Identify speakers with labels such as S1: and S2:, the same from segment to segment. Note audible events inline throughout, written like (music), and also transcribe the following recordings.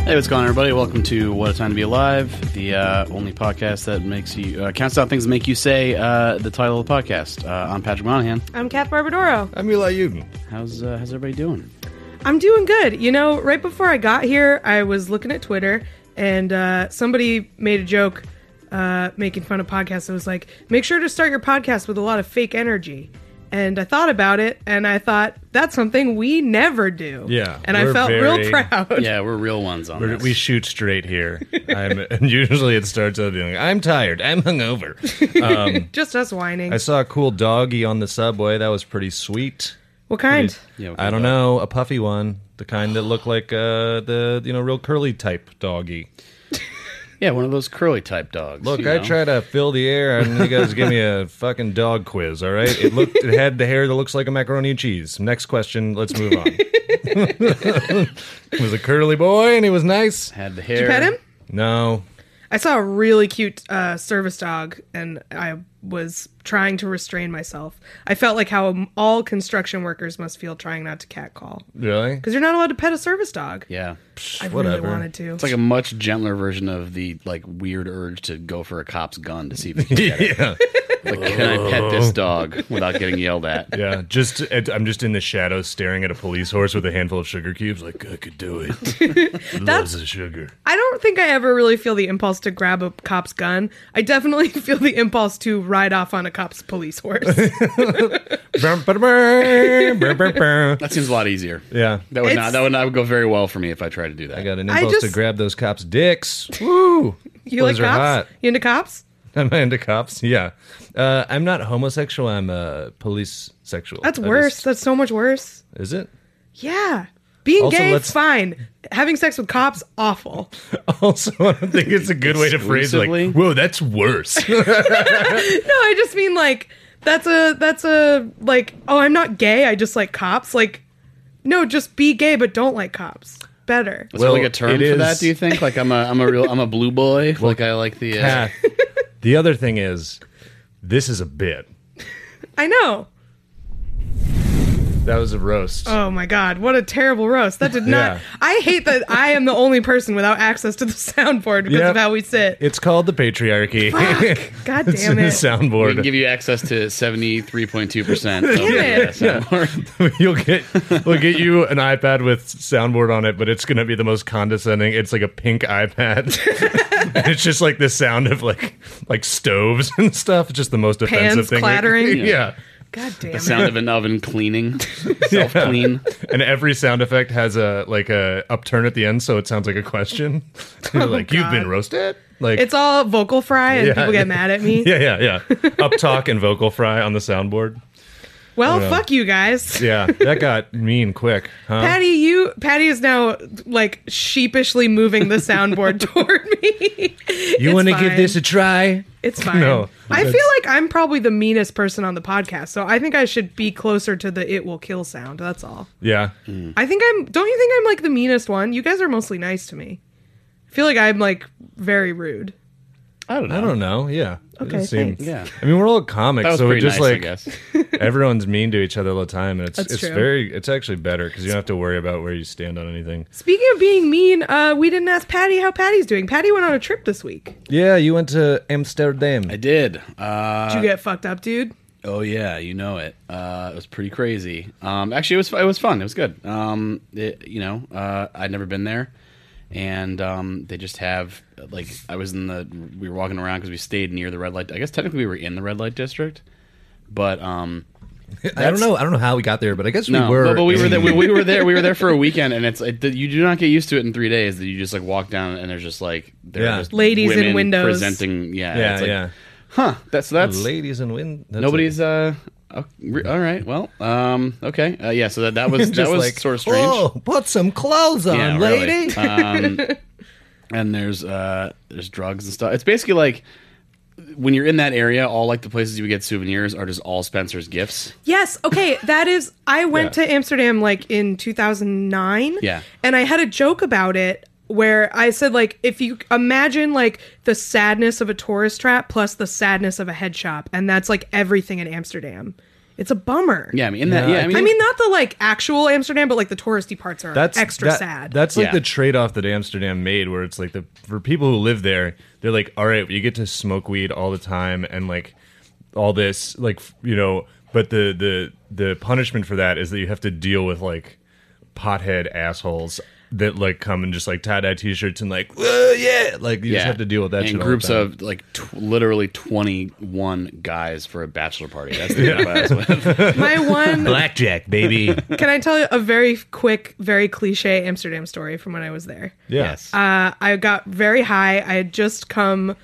S1: Hey, what's going on, everybody? Welcome to What a Time to Be Alive, the uh, only podcast that makes you uh, counts down things that make you say uh, the title of the podcast. Uh, I'm Patrick Monahan.
S2: I'm Kat Barbadoro.
S3: I'm Eli Uden.
S1: How's uh, how's everybody doing?
S2: I'm doing good. You know, right before I got here, I was looking at Twitter and uh, somebody made a joke uh, making fun of podcasts. It was like, make sure to start your podcast with a lot of fake energy. And I thought about it and I thought, that's something we never do.
S3: Yeah,
S2: And I
S3: we're
S2: felt real (laughs)
S3: very-
S2: proud.
S1: Yeah, we're real ones on
S3: We're,
S1: this.
S3: we shoot straight here. I'm, (laughs) and usually it starts out being, I'm tired. I'm hungover.
S2: Just us whining.
S3: I saw a cool doggy on the subway. That was pretty sweet.
S2: what kind?
S1: Yeah, we
S3: I don't know, a puffy one, the kind that looked like uh, the you know real curly type doggy.
S1: Yeah, one of those curly type dogs.
S3: Look,
S1: you
S3: I
S1: know?
S3: try to fill the air, and you guys give me a fucking dog quiz. All right, it looked it had the hair that looks like a macaroni and cheese. Next question. Let's move on. (laughs) it was a curly boy, and he was nice.
S1: had the hair.
S2: Did you pet him?
S3: No,
S2: I saw a really cute uh, service dog, and I was trying to restrain myself. I felt like how um, all construction workers must feel trying not to catcall
S3: really.
S2: because you're not allowed to pet a service dog.
S1: Yeah,
S2: I
S3: whatever.
S2: really wanted to.
S1: it's like a much gentler version of the like weird urge to go for a cop's gun to see if he
S3: (laughs)
S1: can get it.
S3: Yeah.
S1: Like, can I pet
S3: Oh.
S1: this dog without getting yelled at?
S3: (laughs) Yeah, just I'm just in the shadows staring at a police horse with a handful of sugar cubes. Like I could do it.
S2: (laughs)
S3: Loves the sugar.
S2: I don't think I ever really feel the impulse to grab a cop's gun. I definitely (laughs) feel the impulse to ride off on a cop's police horse.
S3: (laughs) yeah,
S1: That seems a lot easier. That would
S2: It's-
S1: not. That would not go very well for me if I tried to do that.
S3: I got an
S2: I
S3: impulse to
S2: just-
S3: grab those cops' dicks. Woo! (laughs)
S2: You like
S3: Those are
S2: cops?
S3: hot.
S2: You into cops?
S3: Am I into cops? Yeah. Uh, I'm not homosexual. I'm uh, police sexual.
S2: That's
S3: I
S2: worse.
S3: just-
S2: That's so much worse.
S3: is (laughs) it?
S2: Yeah. Being
S3: Also,
S2: gay,
S3: let's-
S2: fine. Having sex with cops, awful.
S3: Also, I don't think it's a good way to phrase it.
S1: Exclusively?
S3: Like, whoa, that's (laughs) worse.
S2: No, I just mean like that's a that's a like oh I'm not gay. I just like cops. Like no, just be gay, but don't like cops. Better.
S1: Is there like
S3: Well,
S1: a term
S3: it
S1: for
S3: is-
S1: that? Do you think? Like I'm a I'm a real I'm a blue boy.
S3: (laughs)
S1: like I like the uh,
S3: Ah. the other thing is, this is a bit.
S2: I know.
S3: That was a roast.
S2: Oh my god, what a terrible roast. That did not
S3: Yeah.
S2: I hate that I am the only person without access to the (laughs) soundboard because
S3: Yep.
S2: of how we sit.
S3: It's called the patriarchy.
S2: God
S3: (laughs) it's
S2: damn
S3: in the
S2: it.
S1: we can
S3: soundboard.
S1: give you access to seventy three point two percent.
S2: it.
S3: (laughs) You'll get we'll get you an iPad with soundboard on it, but it's gonna be the most condescending. It's like a
S2: (laughs)
S3: pink iPad. and it's just like the sound of like like stoves (laughs) and stuff. It's just the most offensive
S2: Pans
S3: thing.
S2: clattering.
S3: (laughs) yeah.
S2: God damn
S1: The (laughs)
S2: it.
S1: sound of an oven
S3: (laughs)
S1: cleaning, self clean.
S3: And every sound effect has a like a upturn at the end, so it sounds like a question. (laughs) like you've been
S2: Oh, God.
S3: roasted. Like
S2: It's all vocal fry and
S3: Yeah.
S2: people get mad at me.
S3: (laughs) yeah, yeah, yeah. Uptalk and vocal fry on the soundboard.
S2: Well,
S3: Yeah.
S2: fuck you guys.
S3: Yeah, that got mean quick, huh?
S2: Patty, you Patty is now like sheepishly moving the soundboard (laughs) toward me.
S3: you
S2: want
S3: wanna
S2: to
S3: give this a try?
S2: It's fine.
S3: (laughs) No,
S2: I feel
S3: that's-
S2: like I'm probably the meanest person on the podcast, so I think I should be closer to the "it will kill" sound. That's all.
S3: Yeah.
S2: I think I'm. Don't you think I'm like the meanest one? You guys are mostly nice to me. I feel like I'm like very rude.
S1: I don't know.
S3: I don't know. Yeah. It
S2: Okay,
S3: just seemed-
S2: thanks.
S1: Yeah.
S3: I mean, we're all
S1: That
S3: comics,
S1: was
S3: so we
S1: pretty
S3: just
S1: nice, I
S3: like
S1: guess.
S3: (laughs) everyone's mean to each other all the time, and it's
S2: That's
S3: it's
S2: true.
S3: very it's actually better because you don't have to worry about where you stand on anything.
S2: Speaking of being mean, uh, we didn't ask Patty how Patty's doing. Patty went on a trip this week.
S3: Yeah, you went to Amsterdam.
S1: I did. Uh,
S2: Did you get fucked up, dude?
S1: oh yeah, you know it. Uh, it was pretty crazy. Um, actually, it was fu- it was fun. It was good. Um, it, you know, uh, I'd never been there, and um, they just have like I was in the we were walking around because we stayed near the red light. I guess technically we were in the red light district, but um,
S3: I don't know. I don't know how we got there, but I guess
S1: No, but, but we were there. We, we were there. We were there for
S3: (laughs)
S1: a weekend, and it's it, you do not get used to it in three days. That you just like walk down and there's just like there
S3: Yeah.
S1: are just
S2: Ladies in
S1: women
S2: windows.
S1: presenting. Yeah, and
S3: yeah,
S1: it's like,
S3: yeah.
S1: Huh. That's that's
S3: Ladies and wind. that's (laughs)
S1: nobody's. Uh, oh, re- all right. Well. Um. Okay. Uh, yeah. So
S3: (laughs)
S1: that that was
S3: it. "Oh,
S1: that was sort of strange.
S3: uh, put some clothes on, (laughs)
S1: yeah. Really. Um, and there's uh there's drugs and stuff. It's basically like when you're in that area, all like the places you would get souvenirs are just all Spencer's gifts.
S2: Yes. Okay. That is. I went
S3: Yeah.
S2: to Amsterdam like in 2009.
S1: Yeah.
S2: And I had a joke about it where I said like, if you imagine like the sadness of a tourist trap plus the sadness of a head shop, and that's like everything in Amsterdam. It's a bummer.
S1: Yeah, I mean in that. Yeah, I mean,
S2: I mean, not the like actual Amsterdam, but like the touristy parts are
S3: That's
S2: extra
S3: that-
S2: sad.
S3: That's like
S1: Yeah.
S3: the trade-off that Amsterdam made, where it's like the for people who live there, they're like, all right, you get to smoke weed all the time and like all this, like f- you know, but the the the punishment for that is that you have to deal with like pothead assholes that like come and just like tie-dye t-shirts and like "Whoa, yeah like you
S1: yeah.
S3: just have to deal with that
S1: And
S3: shit all the
S1: groups
S3: time.
S1: of like tw- literally 21 guys for a bachelor party. That's the
S3: (laughs)
S1: group I was with.
S2: My one
S3: blackjack (laughs) baby
S2: Can I tell you a very quick, very cliche Amsterdam story from when I was there?
S3: yes
S2: Uh, I got very high. I had just come.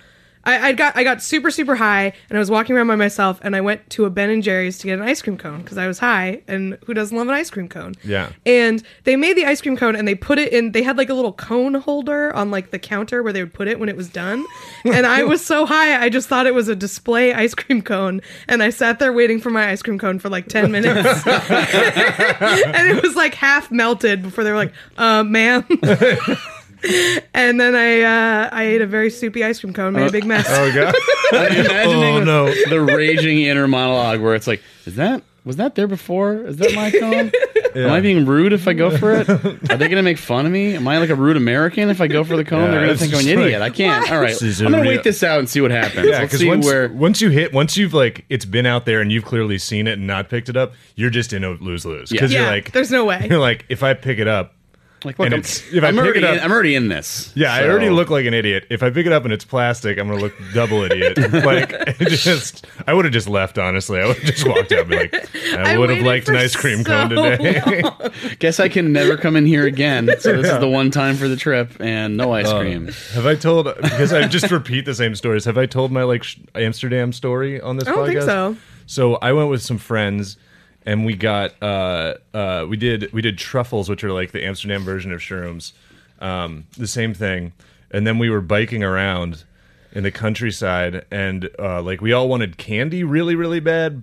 S2: I, I got I got super super high, and I was walking around by myself. And I went to a Ben and Jerry's to get an ice cream cone because I was high, and who doesn't love an ice cream cone?
S3: Yeah.
S2: And they made the ice cream cone, and they put it in. They had like a little cone holder on like the counter where they would put it when it was done. and I was so high, I just thought it was a display ice cream cone, and I sat there waiting for my ice cream cone for like ten minutes, and it was like half melted before they were like, uh,
S3: (laughs)
S2: "Ma'am." And then I uh, I ate a very soupy ice cream cone, made a big mess.
S3: oh god
S1: Imagining
S3: oh no
S1: the raging inner monologue where it's like, is that was that there before? Is that my cone? Am I being rude if I go for it? Are they gonna make fun of me? Am I like a rude American if I go for the cone?
S3: Yeah,
S1: They're gonna
S3: it's
S1: think I'm an
S3: just like,
S1: idiot. I can't. All right,
S3: This is
S1: I'm gonna
S3: a real-
S1: wait this out and see what happens.
S3: Yeah,
S1: Let's
S3: because
S1: see
S3: once
S1: where.
S3: once you hit, once you've like it's been out there and you've clearly seen it and not picked it up, you're just in a lose lose because
S1: Yeah.
S3: you're
S2: Yeah,
S3: like,
S2: there's no way.
S3: (laughs) You're like, if I pick it up,
S1: Like, look,
S3: and
S1: I'm,
S3: it's- if I
S1: I'm
S3: pick
S1: already
S3: it up-
S1: in, I'm already in this.
S3: yeah, I
S1: so-
S3: already look like an idiot. If I pick it up and it's plastic, I'm gonna look double
S1: (laughs)
S3: idiot. like, it just I would have just left. Honestly, I would have just walked out. And be like,
S2: (laughs)
S3: I,
S2: I
S3: would have
S2: waited
S3: liked an
S2: for
S3: ice cream
S2: so (laughs)
S3: cone today. (laughs)
S1: Guess I can never come in here again. So this is the one time for the trip, and no
S3: Uh,
S1: ice cream.
S3: have I told? Because I just repeat the same stories. Have I told my like sh- Amsterdam story on this?
S2: I don't think
S3: podcast?
S2: so.
S3: So I went with some friends, and we got uh, uh, we did we did truffles, which are like the Amsterdam version of shrooms, um, the same thing. And then we were biking around in the countryside, and uh, like we all wanted candy really, really bad.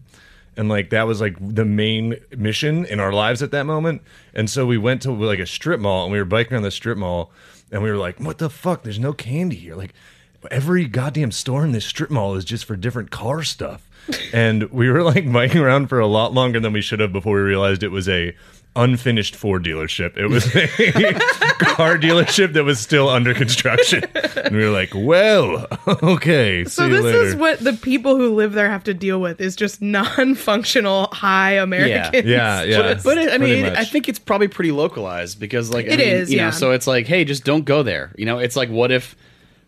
S3: And like that was like the main mission in our lives at that moment. And so we went to like a strip mall and we were biking around the strip mall and we were like, what the fuck? There's no candy here. Like every goddamn store in this strip mall is just for different car stuff. and we were like biking around for a lot longer than we should have before we realized it was a unfinished Ford dealership. It was a car dealership that was still under construction. And we were like, well, (laughs) okay.
S2: so
S3: see you
S2: this
S3: later.
S2: is what the people who live there have to deal with is just non-functional high Americans. (laughs)
S3: Yeah, yeah.
S1: But, but it, I
S3: Pretty
S1: mean,
S3: much.
S1: I think it's probably pretty localized because, like, I
S2: It
S1: mean,
S2: is,
S1: you know,
S2: yeah.
S1: so it's like, hey, just don't go there. You know, it's like, what if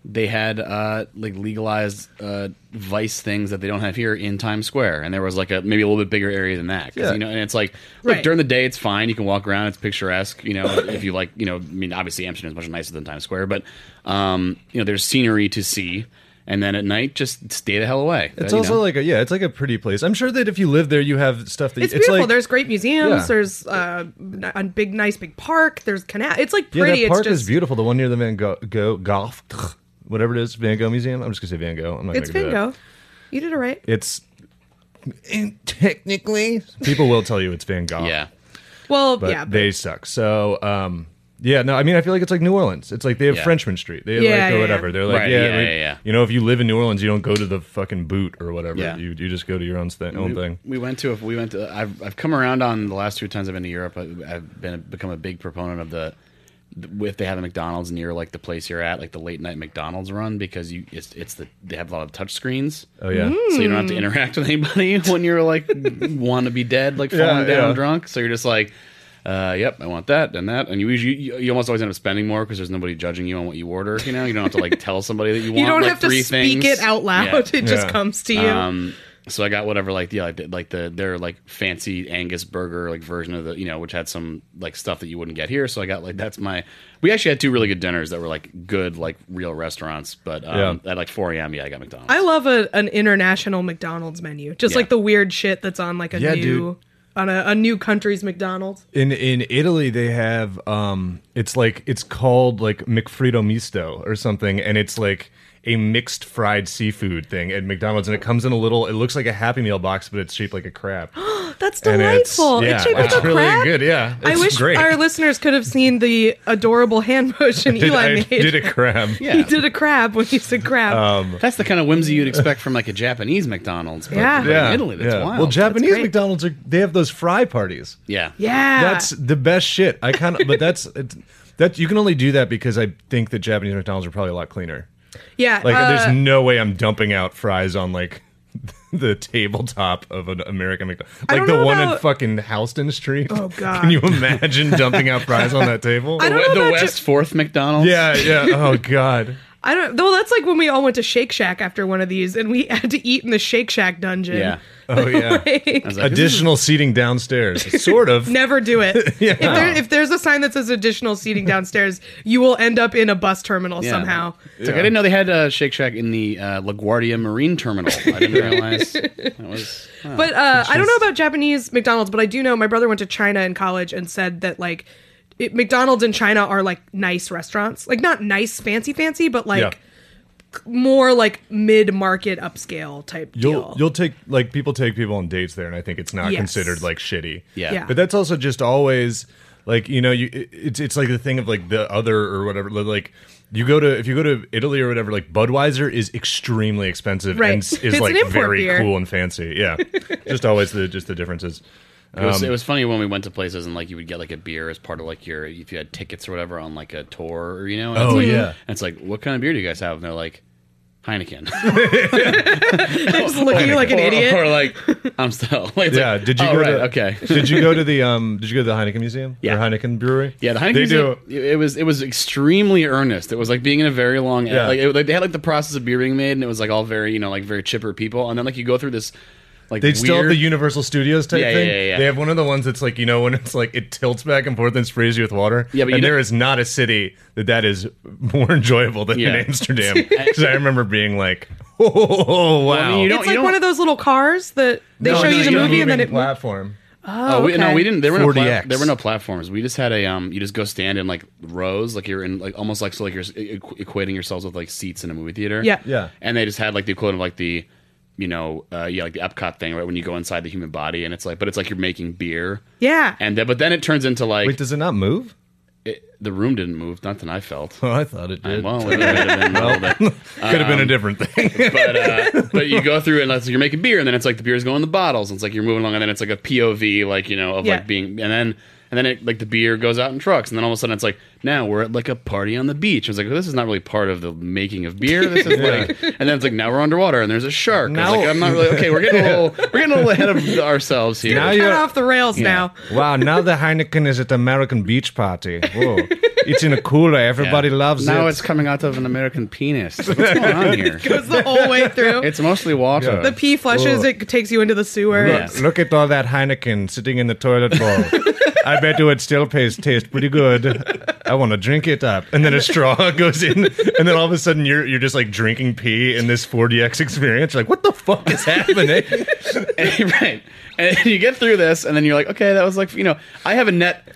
S1: they had uh, like legalized uh, vice things that they don't have here in Times Square, and there was like a maybe a little bit bigger area than that, 'Cause,
S3: Yeah.
S1: you know, and it's like, look,
S2: Right.
S1: during the day, it's fine. You can walk around; it's picturesque. You know, if you like, you know, I mean, obviously Amsterdam is much nicer than Times Square, but um, you know, there's scenery to see. And then at night, just stay the hell away.
S3: It's
S1: you
S3: also
S1: know?
S3: like a yeah, it's like a pretty place. I'm sure that if you live there, you have stuff that
S2: It's,
S3: it's,
S2: beautiful.
S3: Like,
S2: there's great museums.
S3: Yeah.
S2: There's uh, n- a big, nice big park. There's canal. It's like
S3: yeah,
S2: pretty.
S3: that park
S2: it's just
S3: is beautiful. The one near the Van Gogh, Go, Goff, whatever it is, Van Gogh Museum. I'm just gonna say Van Gogh. I'm not
S2: It's
S3: gonna go.
S2: bingo. You did it right.
S3: It's and technically people will tell you it's Van Gogh.
S1: yeah.
S2: Well,
S3: but
S2: yeah. but-
S3: they suck. So, um, yeah, no, I mean, I feel like it's like New Orleans. It's like they have
S1: Yeah.
S3: Frenchman Street. They
S2: Yeah,
S3: like or
S2: yeah,
S3: whatever.
S2: yeah.
S3: They're like,
S1: Right,
S3: yeah,
S1: yeah,
S3: like,
S1: yeah, yeah.
S3: You know, if you live in New Orleans, you don't go to the fucking boot or whatever.
S1: Yeah.
S3: You you just go to your own th- own thing.
S1: We went to a, we went to I've I've come around on the last two times I've been to Europe. I, I've been become a big proponent of the if they have a McDonald's near like the place you're at, like the late night McDonald's run, because you it's it's the they have a lot of touch screens,
S3: Oh yeah.
S2: Mm-hmm.
S1: so you don't
S2: Hmm.
S1: have to interact with anybody (laughs) when you're like want to be dead, like falling
S3: Yeah,
S1: down
S3: yeah.
S1: drunk. So you're just like. Uh, yep, I want that and that, and you usually you, you almost always end up spending more because there's nobody judging you on what you order. You know, you don't have to like tell somebody that you want.
S2: (laughs) you don't
S1: like,
S2: have to
S1: three
S2: speak
S1: things.
S2: it out loud.
S1: Yeah.
S2: It just
S3: Yeah.
S2: comes to you.
S1: Um, so I got whatever, like yeah, like the, like the their like fancy Angus burger like version of the you know which had some like stuff that you wouldn't get here. So I got like that's my. We actually had two really good dinners that were like good like real restaurants, but um,
S3: Yeah.
S1: at like 4 a.m. Yeah, I got McDonald's.
S2: I love a, an international McDonald's menu. Just
S1: Yeah.
S2: like the weird shit that's on like a
S3: Yeah,
S2: new.
S3: dude.
S2: on a, a new country's McDonald's.
S3: In in Italy, they have um, it's like it's called like McFrito Misto or something, and it's like a mixed fried seafood thing at McDonald's, and it comes in a little. It looks like a Happy Meal box, but it's shaped like a crab.
S2: (gasps) (gasps) That's
S3: And it's-
S2: delightful. It's,
S3: yeah,
S2: shaped like
S3: it's
S2: a
S3: really
S2: crab.
S3: good, yeah.
S2: I
S3: It's
S2: wish
S3: great. (laughs)
S2: our listeners could have seen the adorable hand (laughs) motion
S3: did,
S2: Eli
S3: I
S2: made.
S3: did a Um, crab?
S1: (laughs) Yeah.
S2: (laughs) He did a crab when he said crab.
S1: That's the kind of whimsy you'd expect from like a Japanese McDonald's, but,
S2: Yeah.
S1: but in Italy, that's
S3: yeah.
S1: wild.
S3: Well, Japanese
S2: great.
S3: McDonald's are they have those fry parties.
S1: yeah,
S2: yeah,
S3: That's the best shit. I kind of, but that's it's, that you can only do that because I think that Japanese McDonald's are probably a lot cleaner.
S2: yeah.
S3: Like,
S2: uh,
S3: there's no way I'm dumping out fries on like (laughs) the tabletop of an American McDonald's,
S2: I
S3: like
S2: don't
S3: the
S2: know
S3: one in
S2: about-
S3: fucking Houston Street.
S2: Oh, God.
S3: (laughs) can you imagine dumping out fries
S2: (laughs)
S3: on that table?
S2: I don't know
S1: the
S2: about
S1: West
S2: Ja-
S1: Fourth McDonald's.
S3: yeah, yeah. Oh god.
S2: I don't. Though that's like when we all went to Shake Shack after one of these, and we (laughs) had to eat in the Shake Shack dungeon.
S1: yeah.
S2: (laughs)
S3: Oh yeah.
S1: I was like, this is-
S3: Additional seating
S2: (laughs)
S3: downstairs, sort of.
S2: Never do it. if, there, if there's a sign that says additional seating downstairs, you will end up in a bus terminal
S1: Yeah.
S2: somehow.
S1: It's like I didn't know they had a Shake Shack in the uh, LaGuardia Marine Terminal. I didn't realize that was. wow.
S2: But uh, I don't know about Japanese McDonald's, but I do know my brother went to China in college and said that like it, McDonald's in China are like nice restaurants, like not nice, fancy, fancy, but like
S3: Yeah.
S2: more like mid market upscale type
S3: You'll
S2: deal.
S3: you'll take like people take people on dates there, and I think it's not
S2: Yes.
S3: considered like shitty.
S1: Yeah. Yeah.
S3: but that's also just always like you know you it- it's it's like the thing of like the other or whatever like. You go to if you go to Italy or whatever, like Budweiser is extremely expensive
S2: Right.
S3: and s-
S2: It's
S3: is
S2: an
S3: like
S2: import
S3: very
S2: beer.
S3: cool and fancy.
S2: (laughs)
S3: Yeah, just always the just the differences.
S1: It
S3: Um,
S1: was, it was funny when we went to places and like you would get like a beer as part of like your if you had tickets or whatever on like a tour or you know. and it's
S3: Oh,
S1: like-
S3: yeah.
S1: And it's like, what kind of beer do you guys have? And they're like, Heineken.
S2: (laughs)
S1: (laughs)
S2: Just look at you (laughs) like an
S1: Or-
S2: idiot.
S1: Or like, I'm still. (laughs) Like, it's
S3: Yeah,
S1: like,
S3: did you
S1: oh,
S3: go
S1: right,
S3: to (laughs)
S1: okay.
S3: did
S1: (laughs)
S3: you go to the um? Did you go to the Heineken Museum?
S1: Yeah.
S3: or Heineken Brewery.
S1: Yeah, the Heineken
S3: They do.
S1: Museum, It was it was extremely earnest. It was like being in a very long.
S3: Yeah.
S1: Like, it, like they had like the process of beer being made, and it was like all very you know like very chipper people, and then like you go through this like
S3: They
S1: weird,
S3: still have the Universal Studios type
S1: Yeah, yeah,
S3: thing.
S1: yeah, yeah.
S3: They have one of the ones that's like you know when it's like it tilts back and forth and sprays you with water.
S1: Yeah, but you
S3: and there
S1: don't-
S3: is not a city that that is more (laughs) enjoyable than
S1: Yeah.
S3: in
S1: (laughs)
S3: Amsterdam. Because I remember being like, (laughs) oh wow,
S1: (laughs) I mean, you don't-
S2: it's like one of those little cars that they show
S3: no,
S2: you the
S3: you don't
S2: movie and
S3: move
S2: then
S3: in
S2: it.
S3: platform.
S1: Oh, we, no,
S2: okay.
S1: we didn't. There were no pla-
S3: 4DX.
S1: there were no platforms. We just had a um. You just go stand in like rows, like you're in like almost like so like you're s- e, equ- equating yourselves with like seats in a movie theater.
S2: Yeah.
S3: Yeah.
S1: And they just had like the equivalent of like the, you know, uh, yeah, like the Epcot thing, right? When you go inside the human body, and it's like, but it's like you're making beer.
S2: Yeah.
S1: And then, but then it turns into like
S3: Wait, does it not move? (laughs)
S1: it, the room didn't move. Not that I felt.
S3: Oh, I thought it did. (laughs)
S1: Well, it would have been a little bit.
S3: Could have been
S1: Um,
S3: a different thing. (laughs)
S1: But, uh, but you go through and that's, you're making beer, and then it's like the beer's going in the bottles, and it's like you're moving along, and then it's like a POV, like you know, of
S2: Yeah.
S1: like being, and then and then it like the beer goes out in trucks, and then all of a sudden it's like now we're at like a party on the beach. It's like well, this is not really part of the making of beer. This
S3: (laughs)
S1: is like, and then it's like now we're underwater, and there's a shark. It's
S3: Now-
S1: like, I'm not really okay. We're getting a little we're getting a little ahead
S3: (laughs)
S1: of ourselves here.
S3: Now
S2: Cut
S3: you're-
S2: off the rails now.
S3: wow, now the Heineken is at the American beach party.
S1: (laughs)
S3: Whoa, it's in a cooler. Everybody loves
S1: now
S3: it.
S1: it's coming out of an American penis.
S3: (laughs)
S1: What's going on here?
S2: Goes the whole way through.
S1: It's mostly water.
S2: the pee flushes.
S3: Ugh.
S2: It takes you into the sewer.
S1: Yeah.
S2: It's-
S3: Look at all that Heineken sitting in the toilet bowl.
S1: (laughs)
S3: I bet you it still pays, tastes pretty good. I want to drink it up. And then a straw (laughs) goes in, and then all of a sudden you're you're just like drinking pee in this 4DX experience. You're like, what the fuck
S1: (laughs)
S3: is happening?
S1: And- right. And you get through this, and then you're like, okay, that was like, you know, I have a net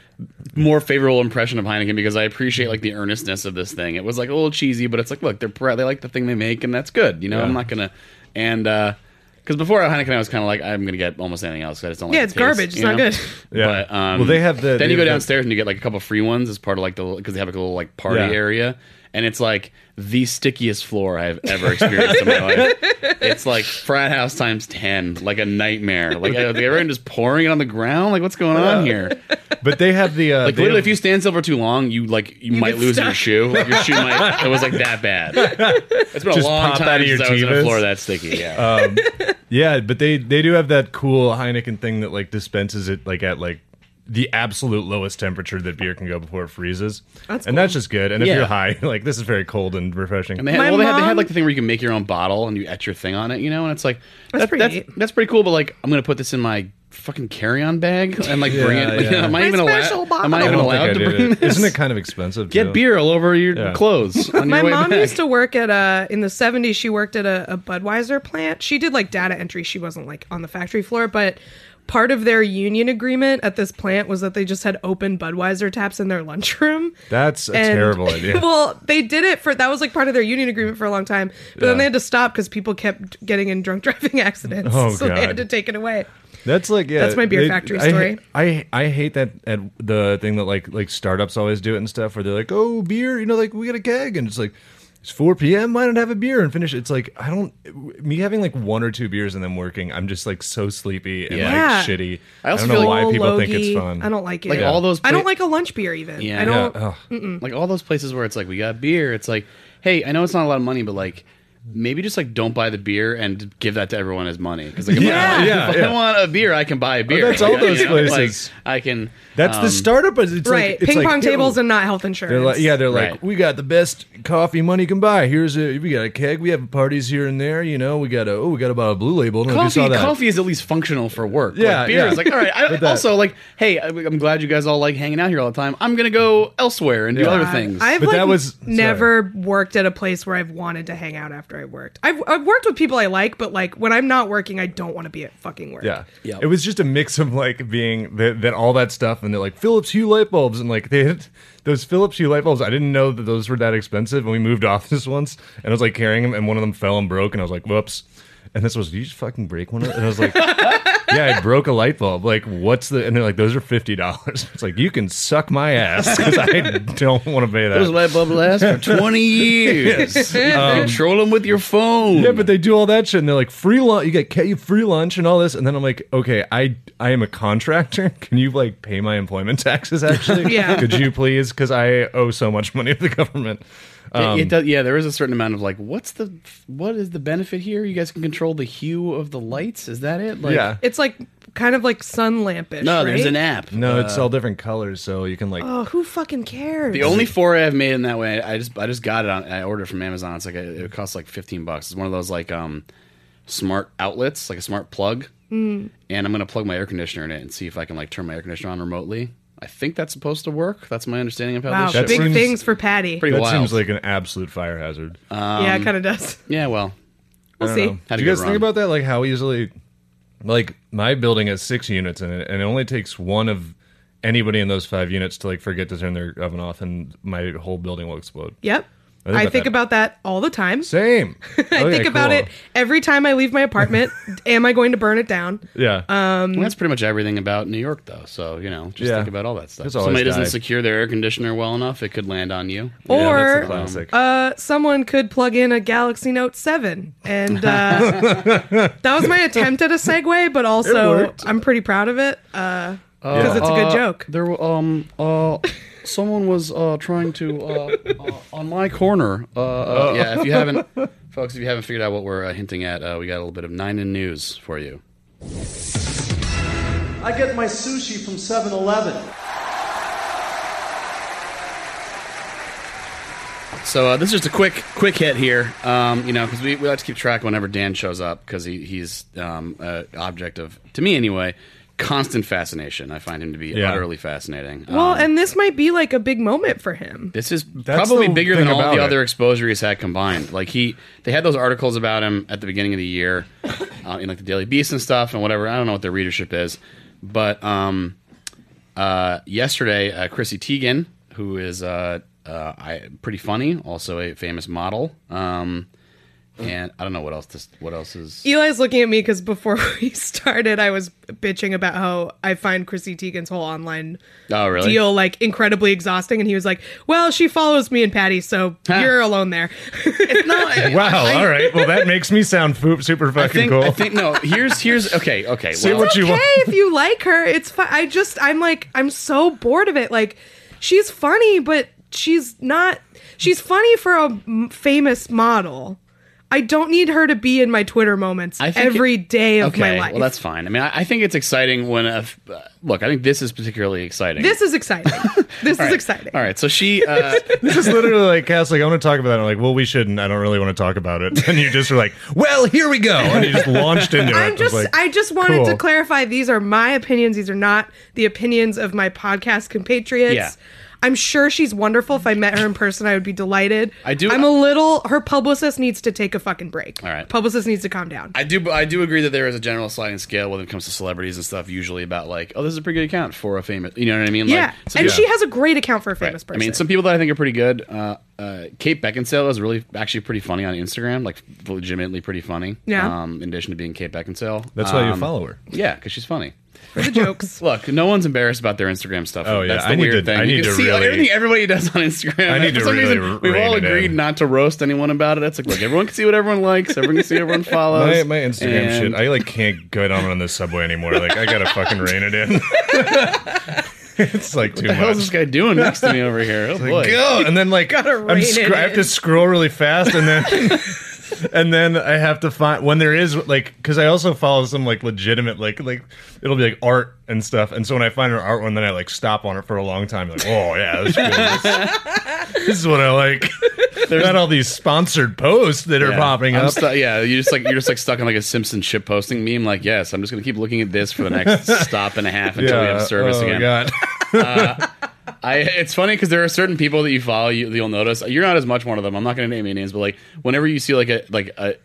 S1: more favorable impression of Heineken because I appreciate like the earnestness of this thing. It was like a little cheesy, but it's like, look, they're pr- they like the thing they make, and that's good. You know, I'm not gonna and uh because before Heineken, I was kind of like, I'm gonna get almost anything else. 'cause I just don't.
S2: Yeah,
S1: like
S2: it's
S1: the taste,
S2: garbage. It's
S1: you
S2: not
S1: know?
S2: good.
S3: Yeah.
S1: But, um,
S3: Well, they have the-
S1: Then
S3: they
S1: you go
S3: have the-
S1: downstairs and you get like a couple free ones as part of like the because they have like a little like party
S3: Yeah.
S1: area, and it's like the stickiest floor I've ever experienced in my (laughs) life. It's like frat house times ten, like a nightmare. Like uh, everyone just pouring it on the ground. Like what's going on here?
S3: But they have the uh,
S1: Like
S3: they
S1: literally,
S3: have-
S1: if you stand still for too long, you like you, might
S2: get
S1: lose your
S2: stuck.
S1: shoe. Like, your shoe might. It was like that bad. (laughs) It's been
S3: Just
S1: a long
S3: pop
S1: time
S3: out of your
S1: since I was on a
S3: Tevas.
S1: floor that sticky. Yeah.
S3: yeah, but they they do have that cool Heineken thing that like dispenses it like at like the absolute lowest temperature that beer can go before it freezes.
S2: That's
S3: and that's just good. And if
S1: Yeah.
S3: you're high, (laughs) like this is very cold and refreshing.
S1: And they had,
S2: My
S1: well, they had, they
S2: mom-
S1: had like the thing where you can make your own bottle and you etch your thing on it, you know, and it's like that's
S2: pretty
S1: that's,
S2: neat.
S1: that's pretty cool. But like, I'm gonna put this in my fucking carry-on bag and like (laughs) bring it. am
S3: yeah.
S1: I
S2: My
S1: even
S2: special
S1: allowed? Am
S2: bottle.
S1: I
S3: I
S1: even
S3: don't think I
S1: allowed to
S3: did
S1: bring
S3: it.
S1: this?
S3: Isn't it kind of expensive?
S1: Get
S3: too?
S1: beer all over your
S2: (laughs)
S3: Yeah.
S1: clothes. On
S2: My
S1: your way
S2: mom
S1: back.
S2: used to work at a in the 70s she worked at a, a Budweiser plant. She did like data entry. She wasn't like on the factory floor, but part of their union agreement at this plant was that they just had open Budweiser taps in their lunchroom.
S3: That's a
S2: And- (laughs)
S3: terrible idea.
S2: well, they did it for that was like part of their union agreement for a long time, but then
S3: Yeah.
S2: they had to stop because people kept getting in drunk (laughs) driving accidents,
S3: Oh,
S2: so they had
S3: God.
S2: to take it away.
S3: That's like yeah.
S2: That's my beer factory
S3: I-
S2: story.
S3: I, I hate that at the thing that like like startups always do it and stuff where they're like, oh beer, you know, like we got a keg and it's like it's 4 p.m. Why not have a beer and finish? it? It's like I don't me having like one or two beers and then working. I'm just like so sleepy and
S1: Yeah.
S2: Yeah.
S3: like shitty.
S1: I
S3: I,
S1: also
S3: don't know
S1: feel
S3: why
S2: Full
S3: people think it's
S2: logy.
S3: fun.
S2: I don't mm. like it.
S1: Like, all those
S2: I don't
S1: pla-
S2: like a lunch beer even.
S1: Yeah.
S2: I
S3: Yeah.
S2: don't.
S3: Oh,
S1: like all those places where it's like we got beer it's like hey i know it's not a lot of money but like maybe just like don't buy the beer and give that to everyone as money because like if,
S3: Yeah,
S1: I, want,
S3: yeah,
S1: if
S3: yeah. Oh,
S1: I want a beer i can buy a beer
S3: that's
S1: Like,
S3: all those
S1: you know,
S3: places.
S1: like, i can
S3: That's the
S1: um,
S3: startup. but It's
S2: right,
S3: Like, it's
S2: ping
S3: like,
S2: pong
S3: yo,
S2: tables and not health
S3: They're
S2: insurance.
S3: like, yeah, they're like,
S1: Right.
S3: we got the best coffee money can buy. Here's a, we got a keg. We have parties here and there. You know, we got a, oh, we got about a blue label. I don't know if you
S1: Coffee,
S3: saw that.
S1: coffee is at least functional for work.
S3: Yeah,
S1: like beer
S3: yeah.
S1: is like all right.
S3: (laughs)
S1: I,
S3: But that-
S1: also, like, hey, I- I'm glad you guys all like hanging out here all the time. I'm gonna go elsewhere and do
S3: Yeah.
S1: other
S3: Uh,
S1: things.
S2: I've
S3: But
S2: like
S3: that was-
S2: never worked at a place where I've wanted to hang out after I worked. I've, I've worked with people I like, but like when I'm not working, I don't want to be at fucking work.
S3: Yeah.
S1: Yep.
S3: It was just a mix of like being that, that all that stuff and they're like Philips Hue light bulbs and like (laughs) they had those Philips Hue light bulbs. I didn't know that those were that expensive and we moved (laughs) offices once and I was like carrying them and one of them fell and broke and I was like, whoops. And this was, did you just fucking break one of them? And I was like,
S1: (laughs)
S3: yeah, I broke a light bulb. Like, what's the, and they're like, those are $50. (laughs) It's like, you can suck my ass because I don't want to pay that.
S1: Those light bulbs last for
S3: (laughs)
S1: 20 years. You can control them with your phone.
S3: Um, Yeah, but they do all that shit, and they're like free lunch. You get ca- you free lunch and all this, and then I'm like, okay, I I am a contractor. (laughs) Can you like pay my employment taxes?
S2: (laughs)
S3: Actually,
S2: Yeah.
S3: Could you please? Because I owe so much money to the government.
S1: It- it
S3: um,
S1: does- yeah, there is a certain amount of like, what's the, what is the benefit here? You guys can control the hue of the lights. Is that it? Like, uh,
S3: yeah.
S2: It's like kind of like sun lampish.
S1: No, there's
S2: right?
S1: an app.
S3: no, it's all different colors, so you can like.
S2: Oh, who fucking cares?
S1: The only foray I've made in that way, I just I just got it on. I ordered it from Amazon. It's like a, it costs like fifteen bucks. It's one of those like um smart outlets, like a smart plug. Mm. And I'm gonna plug my air conditioner in it and see if I can like turn my air conditioner on remotely. I think that's supposed to work. That's my understanding of how
S2: wow,
S1: this shit
S2: big
S1: works.
S3: seems-
S2: things for Patty.
S1: Pretty Um,
S3: that
S1: wild. Uh,
S3: seems like an absolute fire hazard.
S2: yeah, it kind of does.
S1: yeah, well,
S2: We'll
S3: I
S2: see.
S3: don't know.
S1: Had
S3: Do
S1: a
S3: you
S1: good
S3: guys
S1: run.
S3: think about that? Like how easily, like my building has six units in it, and it only takes one of anybody in those five units to like forget to turn their oven off, and my whole building will explode.
S2: Yep.
S3: I
S2: I think
S3: think about that.
S2: about that all the time.
S3: Same.
S2: (laughs) I think about it every time I leave my
S3: (laughs)
S2: apartment. Am I going to burn it down?
S3: Yeah.
S1: Well, that's pretty much everything about New York, though. So you know, just
S3: Yeah.
S1: think about all that stuff.
S3: It's
S1: Somebody
S3: always
S1: doesn't
S3: die.
S1: secure their air conditioner well enough, it could land on you.
S2: or
S3: a classic.
S2: Uh, someone could plug in a Galaxy Note 7. And uh, that was my attempt at a segue, but also I'm pretty proud of it because it's a
S1: uh,
S2: good joke.
S1: There, were, um, uh, someone was uh trying to uh, uh on my corner. Uh, uh, yeah. If you haven't, folks, if you haven't figured out what we're uh, hinting at, uh, we got a little bit of nine in news for you.
S4: I get my sushi from 7 Eleven.
S1: So uh, this is just a quick, quick hit here. Um, you know, because we, we like to keep track whenever Dan shows up because he, he's um, a object of, to me anyway, constant fascination. I find him to be
S3: Yeah.
S1: utterly fascinating.
S2: Well,
S1: Um,
S2: and this might be like a big moment for him.
S1: This is
S3: That's
S1: probably
S3: the
S1: bigger
S3: thing
S1: than all
S3: about
S1: the
S3: it.
S1: other exposure he's had combined. Like he, they had those articles about him at the beginning of the year, uh, in like the Daily Beast and stuff and whatever. I don't know what their readership is, but um, uh, yesterday, uh, Chrissy Teigen, who is uh, uh, I, pretty funny, also a famous model, um, and I don't know what else. This, what else is?
S2: Eli's looking at me because before (laughs) we started, I was bitching about how I find Chrissy Teigen's whole online
S1: Oh, really?
S2: deal like incredibly exhausting, and he was like, "Well, she follows me and Patty, so
S1: Huh.
S2: you're alone there."
S3: wow. all right. Well, that makes me sound fo- super
S1: I
S3: fucking
S1: think,
S3: cool.
S1: I think no. Here's here's okay okay.
S3: See
S1: well-
S3: what you
S2: okay
S3: want.
S2: if you like her. It's fine. I just I'm like I'm so bored of it. Like she's funny, but she's not. She's funny for a m- famous model. I don't need her to be in my Twitter moments
S1: I think-
S2: every day of my life.
S1: Well, that's fine. I mean, I, I think it's exciting when a f- uh, look. I think this is particularly exciting.
S2: this is exciting.
S1: (laughs)
S2: this
S1: All
S2: is
S1: right.
S2: exciting.
S1: All right. So she.
S2: (laughs)
S1: Uh,
S3: (laughs) This is literally like Cass. Like I want to talk about that. I'm like, well, we shouldn't. I don't really want to talk about it. (laughs) And you just were like, well, here we go. And you just launched into it.
S2: I'm
S3: It was
S2: just
S3: like,
S2: I just wanted to
S3: cool.
S2: clarify these are my opinions. These are not the opinions of my podcast compatriots.
S1: Yeah.
S2: I'm sure she's wonderful. If I met her in person, I would be delighted.
S1: I do-
S2: I'm a little. Her publicist needs to take a fucking break. All
S1: right.
S2: Publicist needs to calm down.
S1: I do, I do agree that there is a general sliding scale when it comes to celebrities and stuff. Usually about like, oh, this is a pretty good account for a famous. You know what I mean?
S2: yeah.
S1: like, some people-
S2: and she has a great account for a famous
S1: I
S2: person.
S1: mean, some people that I think are pretty good. Uh, uh, Kate Beckinsale is really actually pretty funny on Instagram, like legitimately pretty funny.
S2: Yeah.
S1: Um, in addition to being Kate Beckinsale,
S3: That's why you
S1: Um,
S3: follow her.
S1: Yeah, because she's funny.
S2: for the
S1: (laughs)
S2: jokes.
S1: Look, no one's embarrassed about their Instagram stuff.
S3: Oh, yeah.
S1: That's the
S3: I need
S1: weird
S3: to-
S1: thing.
S3: I
S1: you
S3: need
S1: can
S3: to
S1: see
S3: really-
S1: everything everybody does on Instagram.
S3: I need
S1: For
S3: to
S1: some
S3: really
S1: reason, we've
S3: rein
S1: all
S3: it
S1: agreed
S3: in.
S1: not to roast anyone about it. It's like, look, everyone can see what everyone likes. Everyone can see what everyone follows.
S3: (laughs) My, my Instagram
S1: And-
S3: shit. I like can't get on on this subway anymore. Like I gotta fucking rein it in. (laughs) it's like too
S1: what the hell is this
S3: much.
S1: guy doing next to me over here? Oh boy.
S3: Like, go and then like
S2: Gotta
S3: I'm
S2: rein
S3: scr-
S2: it
S3: I have
S2: in.
S3: to scroll really fast
S2: (laughs)
S3: and then and then I have to find when there is like because I also follow some like legitimate like like it'll be like art and stuff and so when I find an art one then I like stop on it for a long time like oh yeah this, is
S2: (laughs)
S3: good. this is what I like. There's not all these sponsored posts that are
S1: Yeah.
S3: popping
S1: I'm
S3: up.
S1: stu- yeah, you just like you're just like stuck on like a Simpson ship posting meme. Like, yes, I'm just gonna keep looking at this for the
S3: (laughs)
S1: next stop and a half until we have service
S3: oh,
S1: again.
S3: God.
S1: I it's funny because there are certain people that you follow you, you'll notice you're not as much one of them. I'm not going to name any names, but like whenever you see like a like a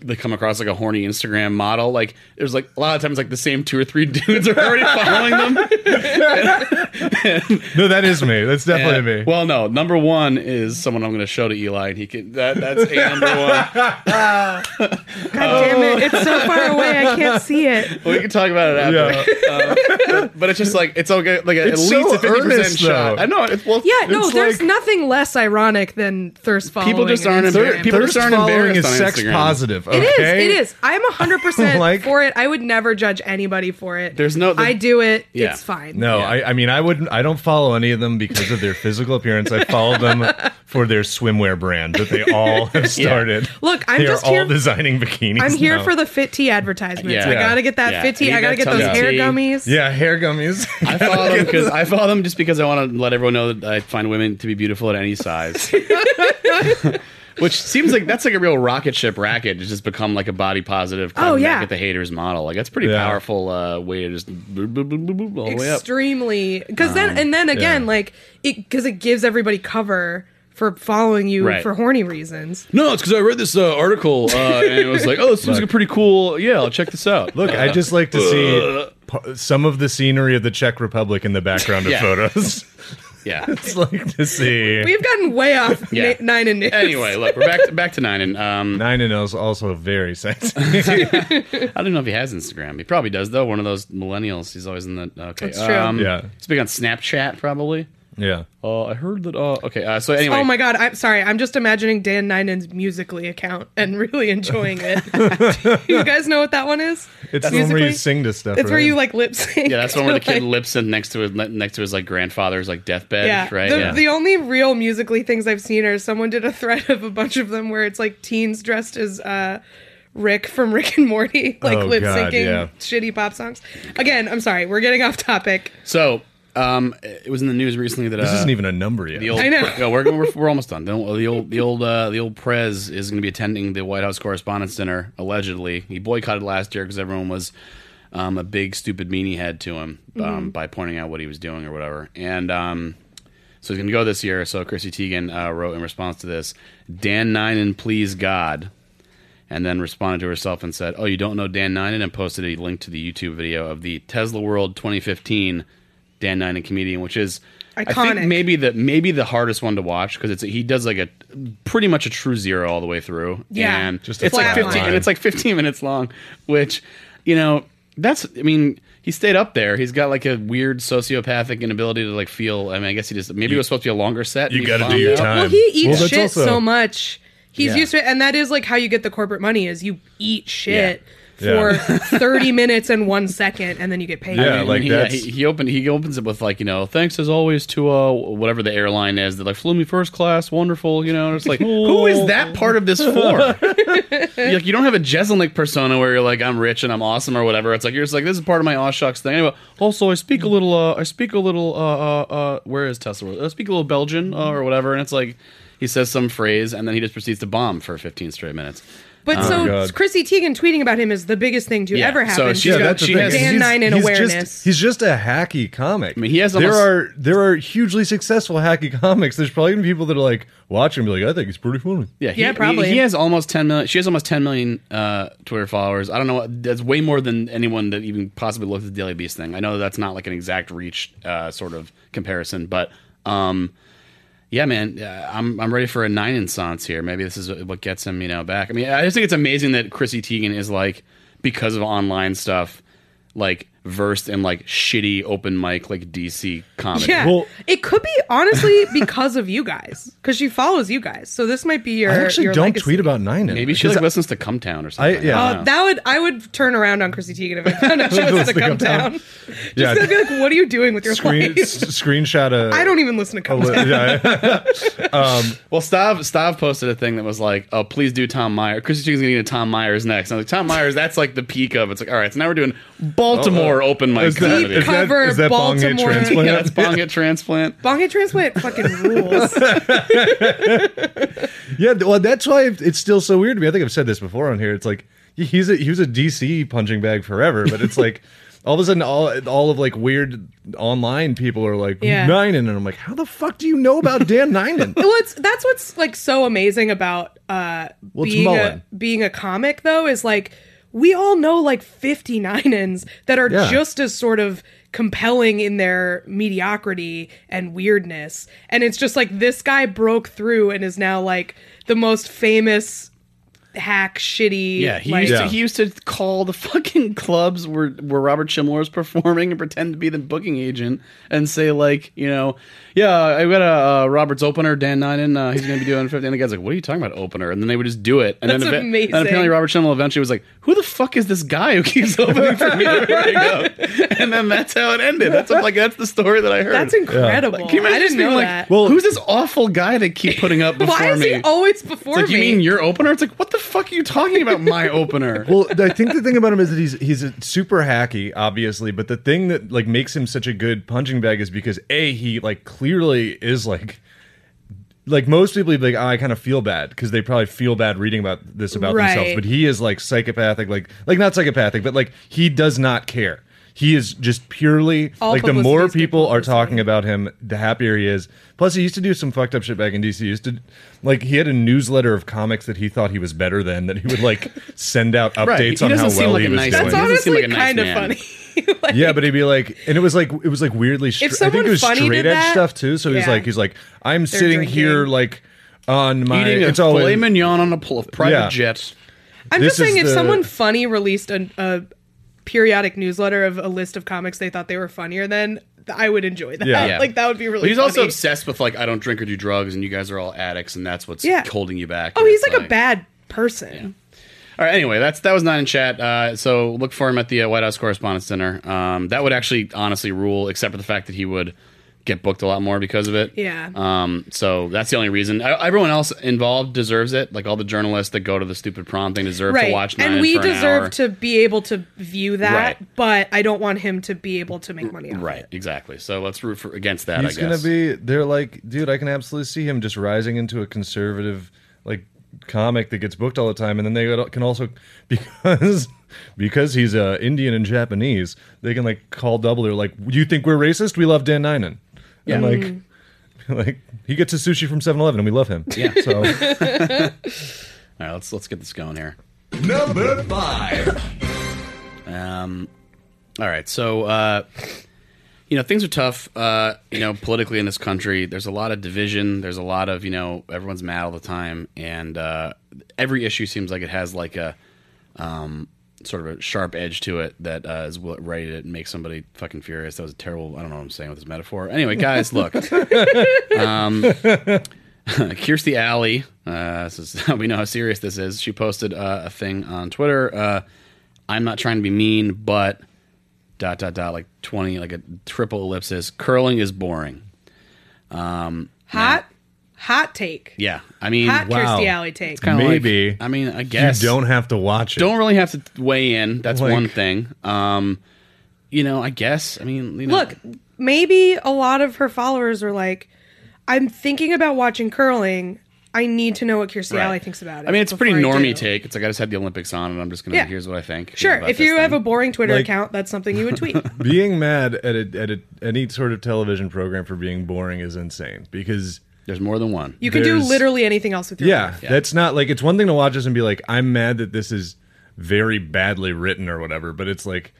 S1: they come across like a horny Instagram model, like there's like a lot of times like the same two or three (laughs) dudes are already following them.
S3: (laughs) No, that is me. That's definitely me.
S1: Well, no, number one is someone I'm going to show to Eli, and he can that that's a number one.
S3: (laughs)
S2: God damn it! It's so far away. I can't
S1: (laughs)
S2: see it.
S1: we can talk about it after.
S3: yeah.
S1: (laughs) But it's just like it's okay, like at
S3: It's
S1: least
S3: so
S1: a fifty percent
S3: earnest,
S1: shot.
S3: though.
S1: I know it's well,
S2: Yeah, no,
S3: It's
S2: there's
S3: like-
S2: nothing less ironic than thirst following.
S1: People just
S2: on
S1: aren't
S2: Instagram.
S1: embarrassed. People
S3: Thirst
S1: just aren't
S3: following
S1: embarrassed
S3: is
S1: on
S3: sex
S1: Instagram.
S3: positive.
S2: It is.
S3: okay?
S2: It is. I'm
S3: (laughs)
S2: 100%
S3: Like-
S2: for it. I would never judge anybody for it.
S1: There's no-
S2: I do it.
S1: Yeah.
S2: It's fine.
S3: No,
S1: Yeah.
S3: I, I mean I wouldn't. I don't follow any of them because of their physical appearance. I
S2: (laughs)
S3: follow them for their swimwear brand that they all have started.
S2: Look, I'm
S3: they
S2: just
S3: are
S2: here-
S3: all designing bikinis.
S2: I'm here
S3: now.
S2: for the Fit Tea advertisements.
S1: Yeah.
S2: I
S1: Yeah.
S2: gotta get that
S1: Yeah.
S2: Fit Tea.
S1: You
S2: I gotta
S1: got
S2: get those
S1: some
S2: hair
S1: tea.
S2: gummies.
S3: yeah hair gummies.
S1: I follow (laughs) them because I follow them just because I want to let everyone know that I find women to be beautiful at any size. (laughs) Which seems like that's like a real rocket ship racket. It's just become like a body positive.
S2: Oh,
S1: climbing
S2: yeah.
S1: back at the haters model. Like that's a pretty
S3: Yeah.
S1: powerful uh, way to just boop, boop, boop, boop, boop, all the way up. Um,
S2: Extremely. Because then and then again,
S3: yeah.
S2: like it because it gives everybody cover for following you
S1: Right.
S2: for horny reasons.
S1: No, it's because I read this uh, article uh, and it was like, oh, this seems like a pretty cool. Yeah, I'll check this out.
S3: (laughs) Look, I just like to see
S2: (laughs)
S3: p- some of the scenery of the Czech Republic in the
S2: (laughs)
S3: background of
S1: Yeah.
S3: photos. (laughs)
S1: yeah.
S3: It's like to see.
S2: We've gotten
S1: (laughs)
S2: way off
S1: Yeah.
S2: na- nine and news.
S1: Anyway, look, we're back to, back to nine and um,
S3: Nine and is also
S2: (laughs)
S3: very sexy. (laughs)
S1: I don't know if he has Instagram. He probably does though. One of those millennials. He's always in the okay. um,
S2: That's true.
S3: Yeah.
S1: He's big on Snapchat probably.
S3: yeah.
S1: Uh, I heard that. Uh, okay. Uh, so anyway,
S2: Oh my god, I'm sorry. I'm just imagining Dan Ninan's musically account and really enjoying
S3: (laughs)
S2: it. (laughs) you guys know what that one is?
S3: It's the one where
S2: Musically?
S3: you sing to stuff.
S2: It's where
S3: right?
S2: you like lip sync.
S1: yeah, that's the one where the kid
S2: Like-
S1: lips in next to his next to his like grandfather's like deathbed,
S2: Yeah.
S1: right?
S2: The,
S1: yeah.
S2: the only real musically things I've seen are someone did a thread of a bunch of them where it's like teens dressed as uh, Rick from Rick and Morty, (laughs) like
S3: Oh,
S2: lip
S3: God,
S2: syncing
S3: yeah.
S2: shitty pop songs. Again, I'm sorry, we're getting off topic.
S1: so um, it was in the news recently that
S3: This
S1: uh,
S3: isn't even a number yet.
S1: the old.
S2: I know.
S1: (laughs) Yeah, we're, we're we're almost done. The old the old the old, uh, the old Prez is going to be attending the White House Correspondents' Dinner allegedly. He boycotted last year because everyone was um, a big stupid meanie head to him um,
S2: Mm-hmm.
S1: by pointing out what he was doing or whatever, and. Um, So he's going to go this year. So Chrissy Teigen uh, wrote in response to this, Dan Ninen, please God. And then responded to herself and said, Oh, you don't know Dan Ninen? And posted a link to the YouTube video of the Tesla World 2015 Dan Ninen comedian, which is. I
S2: Iconic.
S1: think maybe the maybe the hardest one to watch because it's he does like a pretty much a true zero all the way through.
S2: Yeah.
S1: and
S3: Just a
S1: it's like
S3: flat
S1: fifteen
S3: line.
S1: and it's like fifteen minutes long, which you know that's I mean he stayed up there. He's got like a weird sociopathic inability to like feel. I mean I guess he just maybe it was supposed to be a longer set.
S3: you
S1: and he
S3: gotta do
S1: bombed
S3: your
S1: out.
S3: time.
S2: Well, he
S3: Well,
S2: eats
S3: that's
S2: shit
S3: also-
S2: so much. He's
S1: Yeah.
S2: used to it, and that is like how you get the corporate money: is you eat shit for
S3: Yeah. (laughs)
S2: thirty minutes and one second, and then you get paid.
S3: Yeah,
S1: I mean,
S3: like
S1: he,
S3: that's-
S1: he, he opened he opens it with like you know thanks as always to uh whatever the airline is that like flew me first class wonderful you know and it's
S3: (laughs)
S1: like who is that part of this for (laughs) You're like you don't have a Jeselnik persona where you're like I'm rich and I'm awesome or whatever it's like you're just like this is part of my aw shucks thing anyway also I speak a little uh I speak a little uh uh, uh where is Tesla I speak a little Belgian uh, or whatever and it's like he says some phrase and then he just proceeds to bomb for 15 straight minutes
S2: But so
S3: Oh, God.
S2: Chrissy Teigen tweeting about him is the biggest thing to
S1: Yeah,
S2: ever
S1: so
S2: happen.
S1: she's Yeah, got-
S3: that's the
S1: she
S3: thing.
S1: has-
S3: He's-
S2: Dan Nine in
S3: he's
S2: awareness.
S3: Just, he's just a hacky comic.
S1: mean, he has
S3: there
S1: almost-
S3: are there are hugely successful hacky (laughs) comics. There's probably gonna be people that are like watch him and be like, I think he's pretty funny.
S1: Yeah, he,
S2: Yeah, probably.
S1: He, he has almost ten million. She has almost ten million uh, Twitter followers. I don't know. what That's way more than anyone that even possibly looked at the Daily Beast thing. I know that's not like an exact reach uh, sort of comparison, but um, yeah, man, uh, I'm I'm ready for a nine instance here. Maybe this is what gets him, you know, back. I mean, I just think it's amazing that Chrissy Teigen is like because of online stuff, like versed in like shitty open mic like DC comedy.
S2: yeah,
S3: Well-
S2: it could be honestly (laughs) because of you guys, because she follows you guys. So this might be your.
S3: I actually
S2: your
S3: don't
S2: legacy.
S3: tweet about Nine.
S1: Maybe she like listens to Cumtown or something.
S3: yeah.
S1: I
S2: Uh,
S1: don't know.
S2: That would I would turn around on Chrissy Teigen if I
S3: (laughs)
S2: found out she was to
S3: Listen to
S2: come
S3: Come
S2: down.
S3: Down. (laughs)
S2: Just
S3: Yeah.
S2: gonna be like, what are you doing with your
S3: Screen,
S2: life? (laughs)
S3: s- (laughs) screenshot a.
S2: I don't even listen to come (laughs) down.
S1: (laughs)
S3: Yeah.
S1: Well, Stav Stav posted a thing that was like, "Oh, please do Tom Meyer." Chrissy Teigen's gonna get a Tom Myers next. And I was like, "Tom Myers, that's like the peak of." it." It's like, all right, so now we're doing Baltimore open mic
S3: Is that,
S1: comedy.
S3: is that,
S2: Cover
S3: is that bong hit
S2: Baltimore.
S3: transplant?
S1: yeah, that's Bong at transplant.
S2: Bong hit transplant fucking rules.
S3: Yeah, th- well, that's why it- it's still so weird to me. I think I've said this before on here. It's like he's a, he was a DC punching bag forever, but it's like all of a sudden all all of like weird online people are like
S2: Yeah.
S3: Ninen, and I'm like, how the fuck do you know about Dan Ninen?
S2: well, it's that's what's like so amazing about uh
S3: Well, it's
S2: being a,
S3: Mullen.
S2: being a comic though is like we all know like 59 ins that are
S3: Yeah.
S2: just as sort of compelling in their mediocrity and weirdness and it's just like this guy broke through and is now like the most famous hack shitty
S1: Yeah, he
S2: like-
S1: used to
S3: Yeah.
S1: he used to call the (laughs) fucking clubs where where Robert Chimler was performing and pretend to be the booking agent and say like, you know, yeah, I got a uh, Robert's opener, Dan Ninen, uh, he's gonna be doing fifty. And the guy's like, what are you talking about opener? And then they would just do it. And
S2: That's
S1: then eva-
S2: amazing.
S1: And apparently Robert Chimler eventually was like, who the fuck is this guy who keeps (laughs) opening for me everywhere I go? And then that's how it ended. That's like that's the story that I heard.
S2: that's incredible
S1: Can you imagine
S2: i
S1: just
S2: didn't
S1: being
S2: know
S1: like,
S2: that
S1: well, who's this awful guy that keep putting up before
S2: (laughs) why is
S1: me?
S2: he always before
S1: it's like,
S2: me
S1: you mean your opener? It's like, what the fuck are you talking about? My
S2: (laughs)
S1: opener.
S3: (laughs) well, I think the thing about him is that he's he's a super hacky, obviously, but the thing that like makes him such a good punching bag is because a he like clearly is like. Like most people, would be like, oh, I kind of feel bad because they probably feel bad reading about this about
S2: Right.
S3: themselves. But he is like psychopathic, like like not psychopathic, but like he does not care. He is just purely
S2: All
S3: like the more
S2: publicity is good
S3: people are
S2: publicity.
S3: talking about him, the happier he is. Plus, he used to do some fucked up shit back in DC. He used to like he had a newsletter of comics that he thought he was better than that he would like send out
S1: Right,
S3: updates
S1: he
S3: on how
S1: doesn't seem
S3: well
S1: like
S3: he
S1: a
S3: was
S1: nice
S3: doing.
S1: guy.
S2: that's
S1: He doesn't
S2: honestly
S1: seem like a nice
S2: kind of
S1: man.
S2: funny (laughs) Like-
S3: Yeah, but he'd be like, and it was like it was like weirdly. Str-
S2: If
S3: I think
S2: someone
S3: it was
S2: funny did
S3: straight edge
S2: that-
S3: stuff too. So he's
S2: Yeah.
S3: like, he's like, I'm sitting
S2: drinking.
S3: here like on my.
S1: eating a
S3: it's all
S1: filet
S3: in-
S1: mignon on a pl- private
S3: Yeah.
S1: jet.
S2: I'm just
S3: This
S2: saying,
S3: is
S2: if
S3: the-
S2: someone funny released a, a periodic newsletter of a list of comics they thought they were funnier than, th- I would enjoy that.
S3: Yeah.
S2: Like that would be really.
S1: But he's also
S2: funny.
S1: obsessed with like I don't drink or do drugs, and you guys are all addicts, and that's what's
S2: Yeah.
S1: holding you back.
S2: Oh,
S1: And
S2: he's
S1: it's
S2: like a bad person.
S1: All right, anyway, that's that was not in chat. Uh, so look for him at the uh, White House Correspondents' Dinner. Um, that would actually honestly rule, except for the fact that he would get booked a lot more because of it.
S2: Yeah.
S1: Um, so that's the only reason. I, everyone else involved deserves it. Like all the journalists that go to the stupid prom thing deserve
S2: Right.
S1: to watch.
S2: and
S1: Nine
S2: we
S1: for an hour.
S2: deserve to be able to view that,
S1: Right.
S2: but I don't want him to be able to make money off
S1: Right,
S2: it.
S1: exactly. So let's root for against that.
S3: He's
S1: I guess
S3: gonna be. They're like, dude, I can absolutely see him just rising into a conservative like comic that gets booked all the time, and then they can also (laughs) because because he's uh, Indian and Japanese, they can like call double. They're like, you think we're racist? We love Dan Ninen. And like. (laughs) Like he gets his sushi from 7-Eleven and we love him. Yeah. (laughs)
S1: (laughs)
S3: So
S1: All right, let's let's get this going here.
S5: Number five.
S1: Um, all right, so uh, you know things are tough. Uh, you know, politically in this country, there's a lot of division. There's a lot of you know everyone's mad all the time, and uh, every issue seems like it has like a um, sort of a sharp edge to it that uh, is what- ready to make somebody fucking furious. That was a terrible. I don't know what I'm saying with this metaphor. Anyway, guys, look. Kirstie Alley, uh, this is, (laughs) we know how serious this is. She posted uh, a thing on Twitter. Uh, I'm not trying to be mean, but dot dot dot like 20 like a triple ellipsis. Curling is boring.
S2: Hot, hot take.
S1: Yeah, I mean,
S2: Hot
S3: Wow.
S2: Kirstie Alley take.
S1: kinda like-
S3: Maybe.
S1: I mean, I guess
S3: you don't have to watch it.
S1: don't really have to weigh in. That's
S3: Like-
S1: one thing. Um, you know, I guess. I mean, you know,
S2: Look, maybe a lot of her followers are like, I'm thinking about watching curling. I need to know what Kirstie
S1: Right.
S2: Alley thinks about it.
S1: I mean, it's a pretty
S2: before I
S1: normie
S2: do.
S1: take. It's like I just had the Olympics on, and I'm just gonna.
S2: Yeah.
S1: Here's what I think.
S2: Sure,
S1: about
S2: if
S1: this
S2: you have a
S1: thing.
S2: boring Twitter
S3: Like-
S2: account, that's something you would
S3: (laughs)
S2: tweet.
S3: being mad at a, at a, any sort of television program for being boring is insane because
S1: there's more than one.
S2: You can do
S3: There's-
S2: literally anything else with your
S3: yeah,
S2: life.
S3: that's not like it's one thing to watch this and be like I'm mad that this is very badly written or whatever, but it's like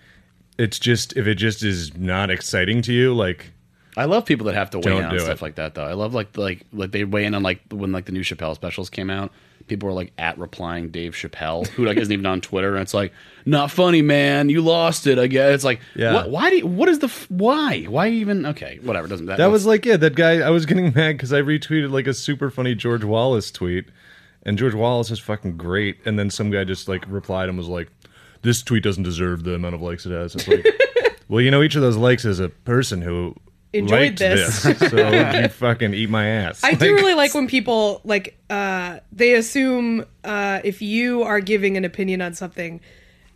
S3: it's just if it just is not exciting to you, like
S1: I love people that have to weigh
S3: Don't
S1: in on
S3: do
S1: stuff
S3: it.
S1: like that, though. I love like like like they weigh in on like when like the new Chappelle specials came out. People were like at replying Dave Chappelle, who like isn't even on Twitter, and it's like not funny, man. You lost it. I guess it's like
S3: Yeah.
S1: what, why do you, what is the f- why why even okay whatever doesn't
S3: that was like yeah that guy I was getting (laughs) mad because I retweeted like a super funny George Wallace tweet, and George Wallace is fucking great, and then some guy just like replied and was like, this tweet doesn't deserve the amount of likes it
S2: (laughs)
S3: has. It's like, well, you know, each of those likes is a person who.
S2: Enjoyed
S3: liked
S2: this.
S3: so
S2: (laughs)
S3: you fucking eat my ass.
S2: I do really like when people like uh, they assume uh, if you are giving an opinion on something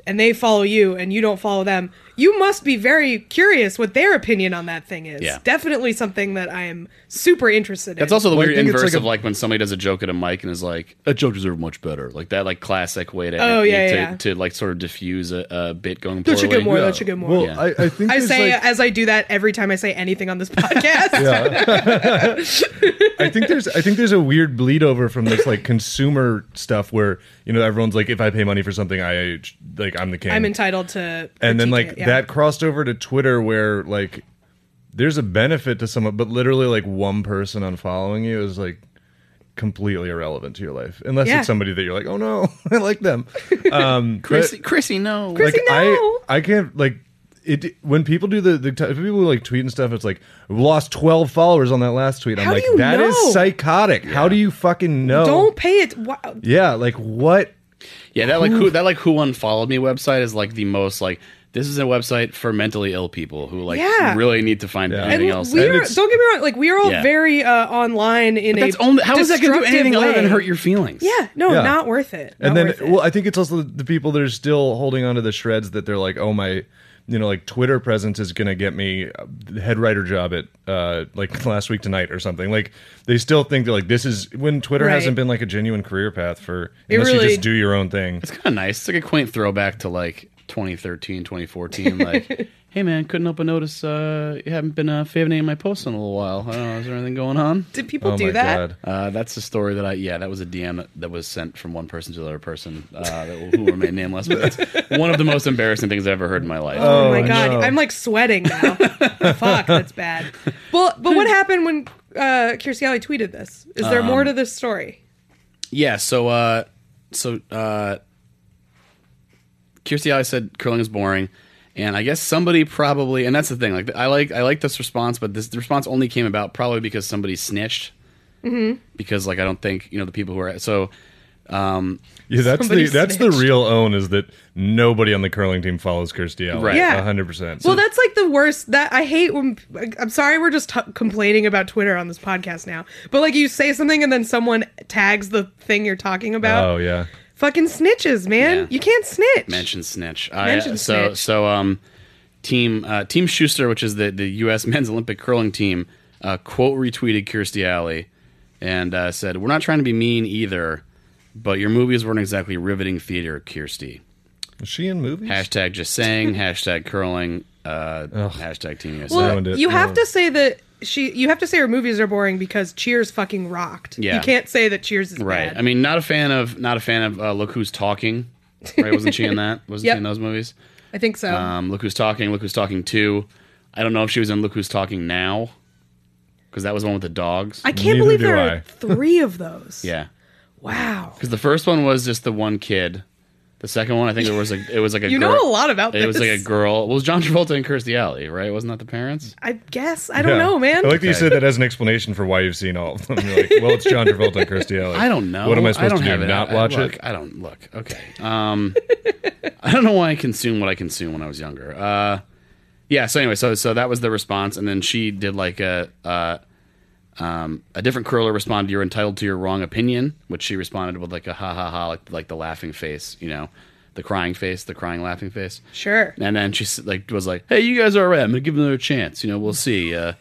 S2: and they follow you and you don't follow them, you must be very curious what their opinion on that thing is.
S1: Yeah.
S2: Definitely something that I am super interested in.
S1: That's also the
S3: Well, I
S1: weird
S3: think it's
S1: inverse
S3: like a-
S1: of like when somebody does a joke at a mic and is like, "That joke deserved much better." Like that, like classic way to
S2: Oh, yeah,
S1: to,
S2: yeah.
S1: to, like sort of diffuse a, a bit going.
S2: Don't you
S1: poorly.
S2: get more, don't you get more.
S3: Well,
S1: Yeah.
S3: I, I think
S2: I
S3: there's,
S2: say
S3: like-
S2: as I do that every time I say anything on this (laughs) podcast.
S3: I think there's I think there's a weird bleed over from this like consumer stuff where you know everyone's like if I pay money for something I like I'm the king
S2: I'm entitled to
S3: and then
S2: critique
S3: like
S2: it, yeah.
S3: that crossed over to Twitter where like there's a benefit to someone but literally like one person unfollowing you is like completely irrelevant to your life unless
S2: Yeah.
S3: it's somebody that you're like oh no (laughs) I like them um
S1: Chrissy, Chrissy, no.
S2: Chrissy-
S3: like
S2: No.
S3: I I can't like it when people do the, the t- people who, like tweet and stuff it's like we lost 12 followers on that last tweet i'm
S2: How do
S3: like
S2: you
S3: that is
S2: know?
S3: psychotic how do you fucking know
S2: don't pay it. Wow.
S3: yeah like what
S1: yeah, that like who that like who unfollowed me website is like the most like this is a website for mentally ill people who like
S2: Yeah.
S1: really need to find
S3: Yeah.
S1: anything
S2: And
S1: else.
S2: we
S1: And
S2: are,
S1: it's-
S2: don't get me wrong. Like we are all
S1: Yeah.
S2: very uh, online in a
S1: that's only how is that going to do
S2: destructive
S1: anything other
S2: way.
S1: than hurt your feelings?
S2: Yeah, no,
S3: Yeah.
S2: not worth it. Not
S3: and then
S2: worth it.
S3: well i think it's also the people that are still holding on to the shreds that they're like oh my you know like twitter presence is gonna get me uh, the head writer job at uh like (laughs) last week tonight or something like they still think that like this is when twitter
S2: Right.
S3: hasn't been like a genuine career path for unless
S2: really-
S3: you just do your own thing
S1: It's kind of nice. It's like a quaint throwback to like 2013, 2014.
S2: (laughs)
S1: Like, hey man, couldn't help but notice uh, you haven't been uh, favoring any of my posts in a little while. I don't know. Is there anything going on?
S2: Did
S3: Oh,
S2: people do that?
S1: Uh, that's the story that I yeah that was a DM that, that was sent from one person to the other person uh, that will, who will remain nameless. But
S2: (laughs)
S1: that's one of the most embarrassing things I've ever heard in my life.
S2: Oh, my
S3: Oh,
S2: god,
S3: no.
S2: I'm like
S1: (laughs)
S2: sweating now. Fuck, that's bad. Well, but what happened when uh, Kirstie Alley tweeted this? Is there
S1: Um,
S2: more to this story?
S1: Yeah. So uh, so uh, Kirstie Alley said curling is boring, and I guess somebody probably and that's the thing. Like I like I like this response, but this the response only came about probably because somebody snitched. Because like I don't think you know the people who are so. Um,
S3: Yeah, that's
S2: Somebody
S3: the that's the
S2: snitched.
S3: real own is that nobody on the curling team follows Kirstie Alley.
S1: Right.
S2: Yeah.
S3: hundred percent.
S2: Well, that's like the worst. That I hate when I'm sorry we're just t- complaining about Twitter on this podcast now. But like you say something and then someone tags the thing you're talking about.
S3: oh yeah,
S2: Fucking snitches, man.
S1: Yeah.
S2: You can't snitch.
S1: Mention snitch. I,
S2: Mention
S1: so
S2: snitch.
S1: so um, team uh, team Schuster, which is the the U.S. (laughs) men's Olympic curling team, uh, quote retweeted Kirstie Alley and uh, said, "We're not trying to be mean either, but your movies weren't exactly riveting theater, Kirstie."
S3: is she in movies?
S1: Hashtag just
S2: (laughs)
S1: saying. hashtag curling. Uh, hashtag team USA.
S2: Well,
S3: Ruined it.
S2: you have
S3: Oh.
S2: to say that she. You have to say her movies are boring because Cheers fucking rocked.
S1: Yeah.
S2: You can't say that Cheers is
S1: right.
S2: bad.
S1: I mean, not a fan of not a fan of uh, Look Who's Talking. Right? Wasn't she in
S2: (laughs)
S1: that? Wasn't
S2: Yep.
S1: she in those movies?
S2: I think so.
S1: Um, Look Who's Talking, Look Who's Talking 2. I don't know if she was in Look Who's Talking Now, because that was the one with the dogs.
S2: I can't
S3: Neither
S2: believe
S3: do
S2: there
S3: I.
S2: are (laughs) three of those.
S1: yeah.
S2: Wow.
S1: Because the first one was just the one kid. The second one, I think it was like it was like a
S2: (laughs) You
S1: girl.
S2: know a lot about
S1: It was like
S2: this.
S1: a girl. Well, it was John Travolta and Kirstie Alley, right? Wasn't that the parents?
S2: I guess I don't
S3: Yeah.
S2: know, man.
S3: I like that you said that as an explanation for why you've seen all of them. You're like, well, it's John Travolta and Kirstie Alley.
S1: I don't know.
S3: What am I supposed
S1: don't
S3: to
S1: have
S3: do?
S1: it.
S3: Not
S1: I-
S3: watch
S1: look,
S3: it?
S1: I don't look. Okay. Um, (laughs) I don't know why I consume what I consume when I was younger. Uh, yeah. So anyway, so so that was the response, and then she did like a uh, um, a different curler responded. You're entitled to your wrong opinion, which she responded with like a ha ha ha, like like the laughing face, you know, the crying face, the crying laughing face.
S2: Sure.
S3: (laughs)
S1: And then she s- like was like, "Hey, you guys are all right. I'm gonna give them another chance. You know, we'll see." Uh,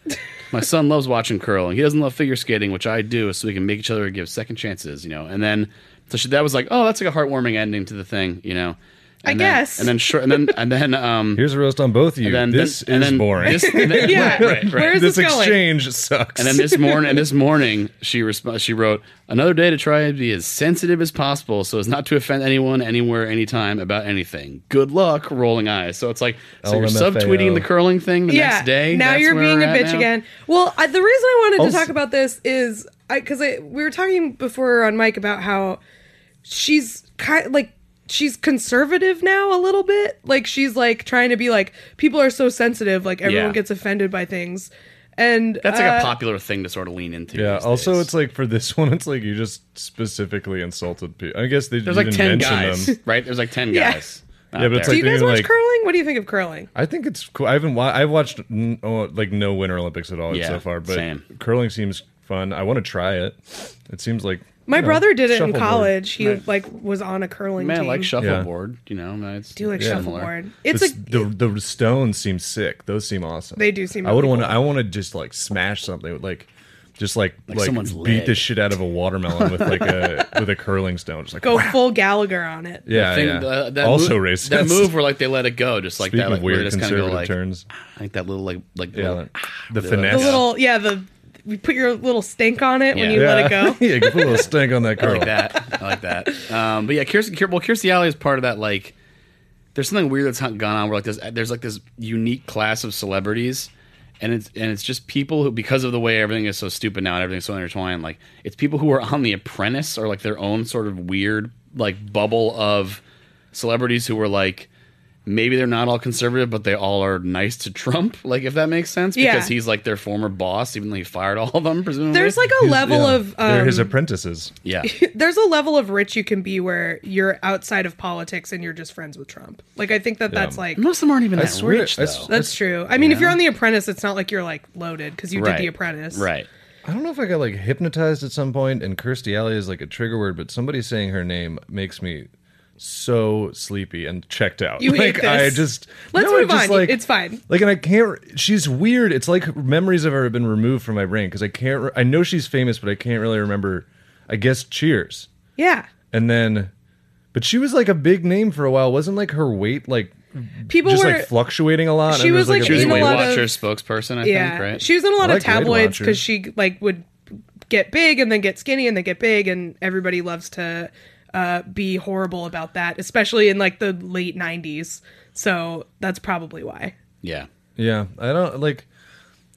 S1: my son loves watching curling. He doesn't love figure skating, which I do, so we can make each other give second chances, you know. And then so she, that was like, oh, that's like a heartwarming ending to the thing, you know. And then-
S2: I guess.
S1: And then sure, and then and then um.
S3: Here's a roast on both of you.
S1: then
S3: this
S1: then- and
S3: is
S1: then
S3: boring.
S2: (laughs)
S1: this- and then- (laughs)
S2: Yeah.
S1: right, right, right.
S2: Where is
S3: this
S2: this going?
S3: exchange sucks.
S1: And then this morning, and this morning, she resp- she wrote another day to try and be as sensitive as possible, so as not to offend anyone, anywhere, anytime about anything. Good luck, rolling eyes. So it's like so you're
S3: LMFAO.
S1: subtweeting the curling thing the
S2: yeah.
S1: next day.
S2: Now
S1: That's
S2: you're
S1: where
S2: being a
S1: we're at now?
S2: bitch
S1: Oh,
S2: again. Well, I, the reason I wanted
S3: Also-
S2: to talk about this is I because I we were talking before on Mike about how she's kind like she's conservative now a little bit. Like she's like trying to be like people are so sensitive. Like everyone
S1: Yeah.
S2: gets offended by things. And
S1: That's like
S2: uh,
S1: a popular thing to sort of lean into.
S3: (laughs) yeah.
S1: these
S3: Also,
S1: days.
S3: it's like for this one, it's like you just specifically insulted people. I guess they
S1: there's
S3: didn't
S1: like ten
S3: mention
S1: guys,
S3: them.
S1: (laughs) right? There's like ten
S2: Yeah.
S1: guys.
S3: Yeah, but it's
S2: do
S1: like
S2: you guys
S3: being
S2: watch
S3: like-
S2: curling? What do you think of curling?
S3: I think it's cool. I haven't. Wa- I've watched n- oh, like no Winter Olympics at all
S1: Yeah,
S3: so far, but
S1: same.
S3: curling seems fun. I want to try it. It seems like
S2: My
S3: you know,
S2: brother did it in
S3: shuffleboard.
S2: college. He like was on a curling
S1: man, I
S2: team.
S1: like shuffleboard. You know, man, it's
S2: do you like
S1: similar.
S2: shuffleboard?
S3: It's
S2: It's
S3: the,
S2: like
S3: the the stones seem sick. Those seem awesome.
S2: They do seem
S3: I would
S2: really
S3: want to. I want to just like smash something with like. Just like like,
S1: someone's
S3: beat the
S1: leg.
S3: shit out of a watermelon with
S2: (laughs)
S3: like a with a curling stone. Just like
S2: go
S3: whack.
S2: full Gallagher on it.
S3: yeah,
S1: Thing,
S3: yeah.
S1: uh, that
S3: also
S1: move,
S3: racist.
S1: That move where like they let it go, just like
S3: Speaking
S1: that. Like,
S3: of
S1: where they
S3: weird
S1: just kinda go,
S3: conservative
S1: like, ah,
S3: turns.
S1: Like that little like like
S3: Yeah,
S1: little-
S3: like, the
S1: Yeah.
S2: (laughs)
S3: finesse.
S2: The little yeah the you put your little stink on it when
S1: Yeah.
S2: you
S3: yeah. (laughs)
S2: let it go.
S3: yeah, put a little stink on that
S1: I
S3: curl.
S1: like that. I like that. Um, but yeah, Kirstie, Kir- well, Kirstie Alley is part of that. Like, there's something weird that's gone on where like there's there's like this unique class of celebrities, and it's and it's just people who because of the way everything is so stupid now and everything's so intertwined. Like, it's people who are on The Apprentice or like their own sort of weird like bubble of celebrities who were like. Maybe they're not all conservative, but they all are nice to Trump. (laughs) Like, if that makes sense,
S2: Yeah.
S1: because he's like their former boss, even though he fired all of them. Presumably,
S2: There's like a
S3: He's-
S2: level
S3: yeah,
S2: of
S3: they're
S2: um, (laughs)
S3: (laughs) his apprentices.
S1: yeah,
S2: there's a level of rich you can be where you're outside of politics and you're just friends with Trump. Like I think that that's like
S1: most of them aren't even
S3: I
S1: that
S3: swear-
S1: rich
S3: I
S1: though.
S3: s-
S2: that's true. I mean, if you're on The Apprentice, it's not like you're like loaded because you did The Apprentice.
S1: Right.
S3: I don't know if I got like hypnotized at some point, and Kirstie Alley is like a trigger word, but somebody saying her name makes me so sleepy and checked out.
S2: You hate
S3: like I
S2: this.
S3: just
S2: Let's
S3: I
S2: move
S3: just,
S2: on. It's fine.
S3: Like, and I can't. She's weird. It's like memories of her have been removed from my brain because I can't. re- I know she's famous, but I can't really remember. I guess Cheers,
S2: Yeah.
S3: and then, but she was like a big name for a while. Wasn't like her weight like
S2: People
S3: just
S2: were
S3: like fluctuating a lot.
S2: She
S3: And it
S2: was, like,
S3: a
S1: She was a
S3: big
S2: in
S1: Weight
S2: a lot of-
S1: Watchers spokesperson, I
S2: yeah.
S1: think, right?
S2: She was in a lot
S3: I
S2: of
S3: like Weight
S2: tabloids because
S3: Watchers.
S2: she like would get big and then get skinny and then get big and everybody loves to uh, be horrible about that, especially in like the late '90s. So that's probably why.
S1: yeah.
S3: Yeah, I don't like.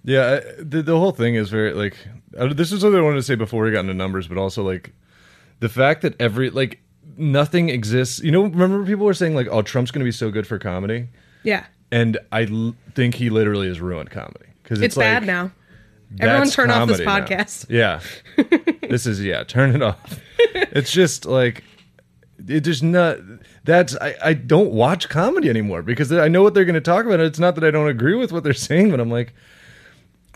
S3: Yeah, I, the the whole thing is very like. I, this is what I wanted to say before we got into numbers, but also like the fact that every like nothing exists. You know, remember people were saying like, "Oh, Trump's going to be so good for comedy,"
S2: Yeah.
S3: and I l- think he literally has ruined comedy because
S2: It's,
S3: it's, like,
S2: bad now.
S3: that's
S2: Everyone turn off this
S3: comedy now.
S2: podcast.
S3: Yeah, this is yeah. Turn
S2: (laughs)
S3: it off. it's just like it just not. That's I I don't watch comedy anymore because I know what they're going to talk about. and It's not that I don't agree with what they're (laughs) saying, but I'm like.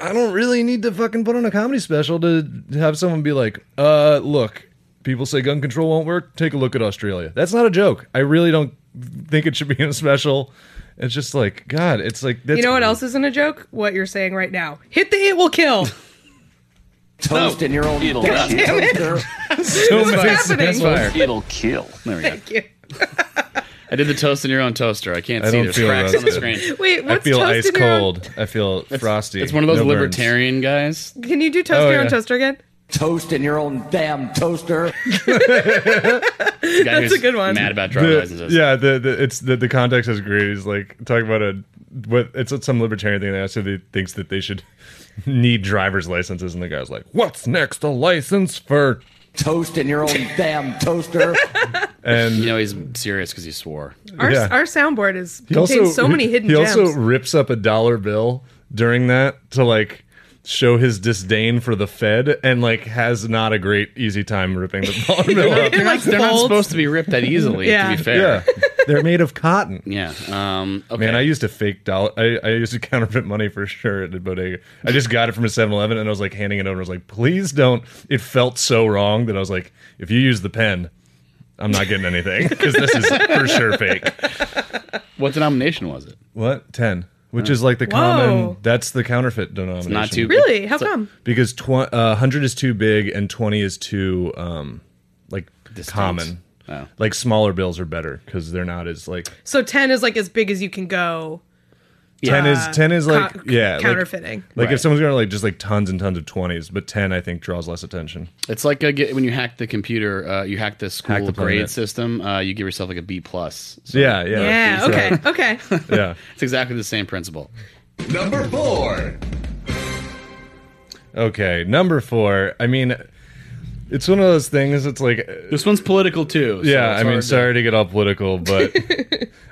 S3: I don't really need to fucking put on a comedy special to have someone be like, uh, look, people say gun control won't work. Take a look at Australia. That's not a joke. I really don't think it should be in a special. It's just like, God, it's like, that's
S2: You know what else isn't a joke? What you're saying right now. Hit the it will
S3: (laughs)
S2: kill.
S6: Toast in your own flesh. You
S2: Damn it.
S6: toaster.
S3: so many-
S2: happening?
S3: that's fire.
S6: It'll kill.
S1: There we go.
S2: Thank you.
S1: I did the toast in your own toaster. I can't
S3: I
S1: see.
S3: don't
S1: There's
S3: feel
S1: cracks on the
S3: roasted.
S1: screen.
S2: Wait,
S3: I
S2: what's
S3: feel
S2: toast
S3: ice
S2: in your own-
S3: cold. I feel frosty.
S1: It's one of those
S3: No burns.
S1: libertarian
S2: (laughs)
S1: guys.
S2: Can you do toast
S3: Oh,
S2: in your own
S3: yeah.
S2: toaster again?
S6: Toast in your own damn toaster.
S1: The guy who's
S2: That's a good one.
S1: Mad about driver's
S3: The,
S1: licenses.
S3: yeah, the, the it's the, the context is great. He's like talking about a what it's some libertarian thing. They asked if he thinks that they should (laughs) need driver's licenses, and the guy's like, "What's next? A license for?"
S6: Toast in your own damn toaster.
S3: And
S1: (laughs) You know he's serious because he swore.
S2: Our,
S3: Yeah.
S2: our soundboard is
S3: He
S2: contains
S3: also-
S2: so many hidden
S3: He
S2: gems.
S3: also (laughs) rips up a dollar bill during that to like show his disdain for the Fed, and like has not a great easy time ripping the (laughs) dollar bill up.
S1: They're,
S2: like
S1: not, they're not
S2: folds.
S1: supposed to be ripped that easily.
S2: Yeah.
S1: To be fair.
S3: Yeah, they're made of cotton.
S1: Yeah. Um, okay.
S3: Man, I used to fake dollar. I, I used to (laughs) counterfeit money for sure at the bodega. I just got it from a 7 Eleven and I was like handing it over. I was like, please don't. It felt so wrong that I was like, if you use the pen, I'm not getting (laughs) anything because this is for sure fake.
S1: what denomination was it?
S3: What? 10. which is like the
S2: Whoa.
S3: common. That's the counterfeit denomination.
S1: not too
S2: Really? How come?
S3: because tw- uh, 100 is too big and 20 is too um like common.
S1: Oh.
S3: Like smaller bills are better because they're not as like
S2: So ten is like as big as you can go.
S3: ten is ten is like
S2: co-
S3: yeah like-
S2: counterfeiting.
S3: Like,
S1: Right.
S3: if someone's gonna like just like tons and tons of twenties, but ten I think draws less attention.
S1: It's like uh get, when you hack the computer, uh, you hack the school
S3: the
S1: grade
S3: planet.
S1: system. Uh, you give yourself like a B plus. So
S3: Yeah, yeah,
S2: yeah.
S3: so-
S2: Okay. Okay.
S3: yeah.
S1: it's exactly the same principle.
S5: Number four.
S3: Okay, number four. I mean, it's one of those things. It's like
S1: This one's political too. so
S3: Yeah,
S1: it's
S3: I mean,
S1: hard to-
S3: sorry to get all
S2: (laughs)
S3: political, but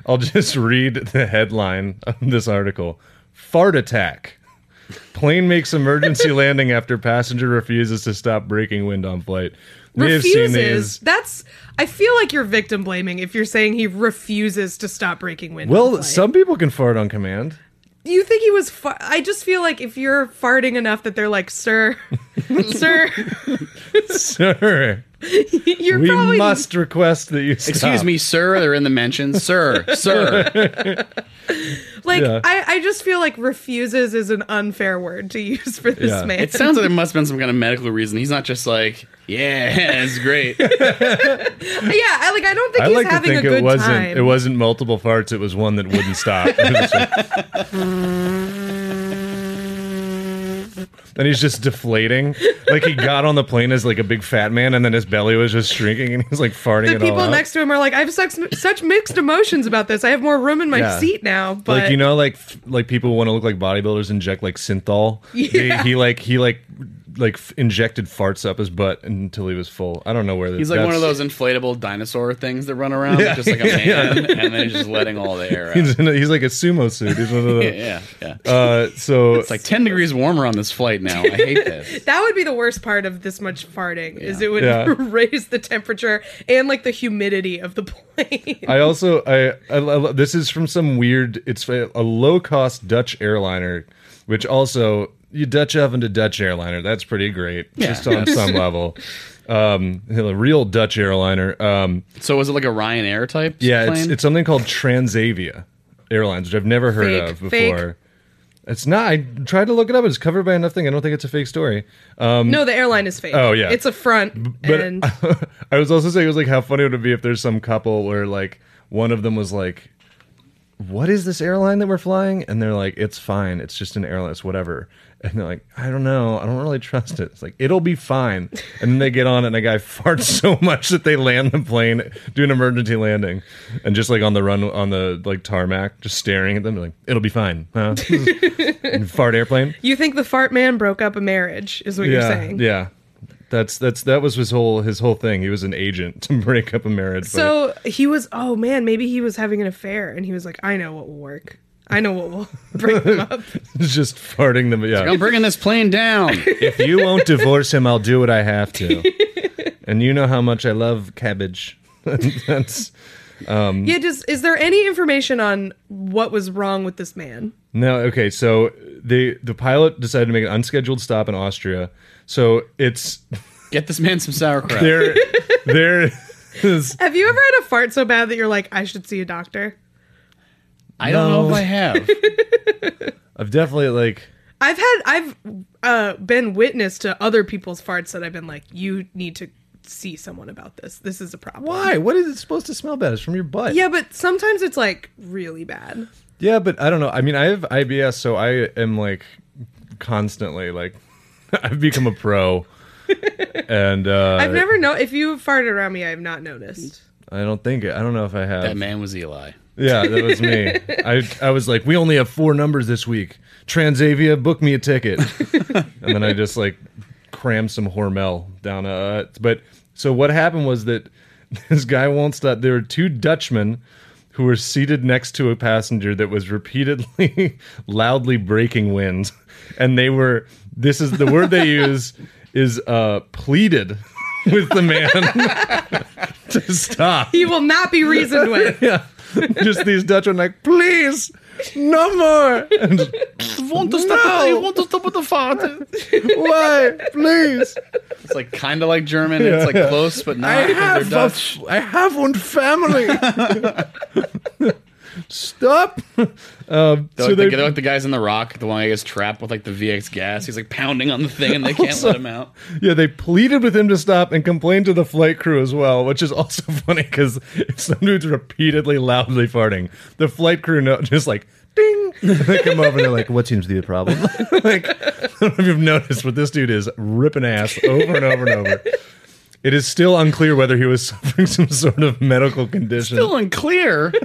S3: I'll just read the headline of this article Fart attack. Plane
S2: (laughs)
S3: makes emergency landing after passenger refuses to stop braking wind on flight. (laughs) We have seen
S2: refuses.
S3: these.
S2: That's. I feel like you're victim blaming if you're saying he refuses to stop breaking wind. on
S3: Well,
S2: flight.
S3: some people can fart on command. (laughs)
S2: Do you think he was? Far- I just feel like if you're farting enough that they're like,
S3: (laughs)
S2: sir, sir, (laughs)
S3: Sir,
S2: you're
S3: we
S2: probably
S3: must request that you stop.
S1: Excuse me, sir. They're in the mentions, sir,
S3: (laughs)
S1: sir.
S2: like.
S3: yeah.
S2: I, I just feel like refuses is an unfair word to use for this
S3: Yeah.
S2: man.
S1: It sounds like there must have been some kind of medical reason. He's not just like, yeah, (laughs) it's great.
S2: (laughs) yeah, I, like I don't think
S3: I
S2: he's
S3: like to
S2: having
S3: think
S2: a good
S3: it wasn't
S2: time.
S3: it wasn't multiple farts. It was one that wouldn't stop. (laughs) It was like- and he's just deflating. Like he got on the plane as like a big fat man, and then his belly was just shrinking, and he's like farting.
S2: the
S3: it all
S2: people
S3: out.
S2: next to him are like, I have such such mixed emotions about this. I have more room in my
S3: Yeah.
S2: seat now, but
S3: like you know, like f- like people want to look like bodybuilders inject like synthol.
S2: Yeah.
S3: He, he like he like like f- injected farts up his butt until he was full. I don't know where
S1: He's like one of those inflatable dinosaur things that run around,
S3: (laughs) Yeah,
S1: just like a man, and then he's just letting all the
S3: (laughs)
S1: air out.
S3: (laughs) He's, in a, he's like a sumo suit. He's one of
S1: Yeah,
S3: those.
S1: (laughs) yeah, yeah.
S3: Uh, so
S1: It's like ten degrees warmer on this flight now. I hate this.
S2: That would be the worst part of this much farting is it would
S3: Yeah.
S2: (laughs) raise the temperature and like the humidity of the plane.
S3: I also I, I, lo- this is from some weird it's a, a low cost Dutch airliner, which also you Dutch oven to Dutch airliner that's pretty great
S2: (laughs)
S3: just on some level. Um, a real Dutch airliner. Um,
S1: So was it like a Ryanair type?
S3: yeah,
S1: plane?
S3: it's, it's something called Transavia Airlines, which I've never heard
S2: Fake,
S3: of
S2: fake.
S3: before. It's not. I tried to look it up. It's covered by nothing. I don't think it's a fake story.
S2: no, the airline is fake.
S3: Um, Oh, yeah.
S2: It's a front
S3: but-
S2: and
S3: I was also saying it was like how funny it would be if there's some couple where like one of them was like, "What is this airline that we're flying?" And they're like, "It's fine. It's just an airline. It's whatever." And they're like, "I don't know. I don't really trust it." It's like it'll be fine. And then they get on, and a guy (laughs) farts so much that they land the plane, do an emergency landing, and just like on the run on the like tarmac, just staring at them, like it'll be fine, huh? (laughs) And fart airplane.
S2: you think the fart man broke up a marriage is what you're
S3: yeah,
S2: saying.
S3: yeah. That's that's that was his whole his whole thing. He was an agent (laughs) to break up a marriage. but-
S2: So he was oh man, maybe he was having an affair and he was like, I know what will work. I know what will (laughs) break them
S3: (laughs)
S2: up.
S3: It's just farting them. Yeah.
S1: I'm bringing this plane down.
S3: if you won't divorce him, I'll do what I have (laughs) to. and you know how much I love cabbage. (laughs) That's
S2: Yeah, does is there any information on what was wrong with this man?
S3: no okay. So the the pilot decided to make an unscheduled stop in Austria. So it's
S1: Get this man some sauerkraut.
S3: (laughs) there there is
S2: Have you ever had a fart so bad that you're like, I should see a doctor?
S1: I don't know
S3: No.
S1: if I have.
S3: I've definitely like
S2: I've had I've uh, been witness to other people's farts that I've been like, you need to see someone about this. This is a problem.
S3: why what is it supposed to smell bad? It's from your butt.
S2: Yeah, but sometimes it's like really bad.
S3: Yeah, but I don't know. I mean, I have IBS, so I am like constantly like (laughs) I've become a (laughs) pro, and uh,
S2: I've never know if you farted around me, I have not noticed.
S3: I don't think I don't know if I have.
S1: That man was Eli.
S3: Yeah, that was me. I I was like, we only have four numbers this week. Transavia, book me a ticket, and then I just like crammed some Hormel down. Uh, but so what happened was that (laughs) this guy won't stop. There were two Dutchmen who were seated next to a passenger that was repeatedly (laughs) loudly breaking wind, and they were. This is the word they use is uh pleaded (laughs) with the man (laughs) to stop
S2: He will not be
S1: (laughs)
S2: reasoned with.
S3: yeah. (laughs) Just these Dutch are like, please, no more. (laughs) And
S1: want to
S3: stop- No! you want
S1: to stop with the fart. It's
S3: why, please?
S1: like kind of like German. It's like
S3: (laughs)
S1: close, but not. because they're Dutch.
S3: I have one family. Stop. um,
S1: They're,
S3: so
S1: like,
S3: they,
S1: the, they're like the guys in The Rock, the one guy gets trapped with like the VX gas. He's like pounding on the thing and they can't
S3: Also-
S1: let him out.
S3: yeah, they pleaded with him to stop and complained to the flight crew as well, which is also (laughs) funny because some dude's repeatedly loudly farting. The flight crew know, just like ding. (laughs) they come over and they're like, "What seems to be the problem?" (laughs) like, I don't know if you've noticed, but this dude is ripping ass over and over and over. It is still unclear whether he was (laughs) suffering some sort of medical condition.
S1: Still unclear. (laughs)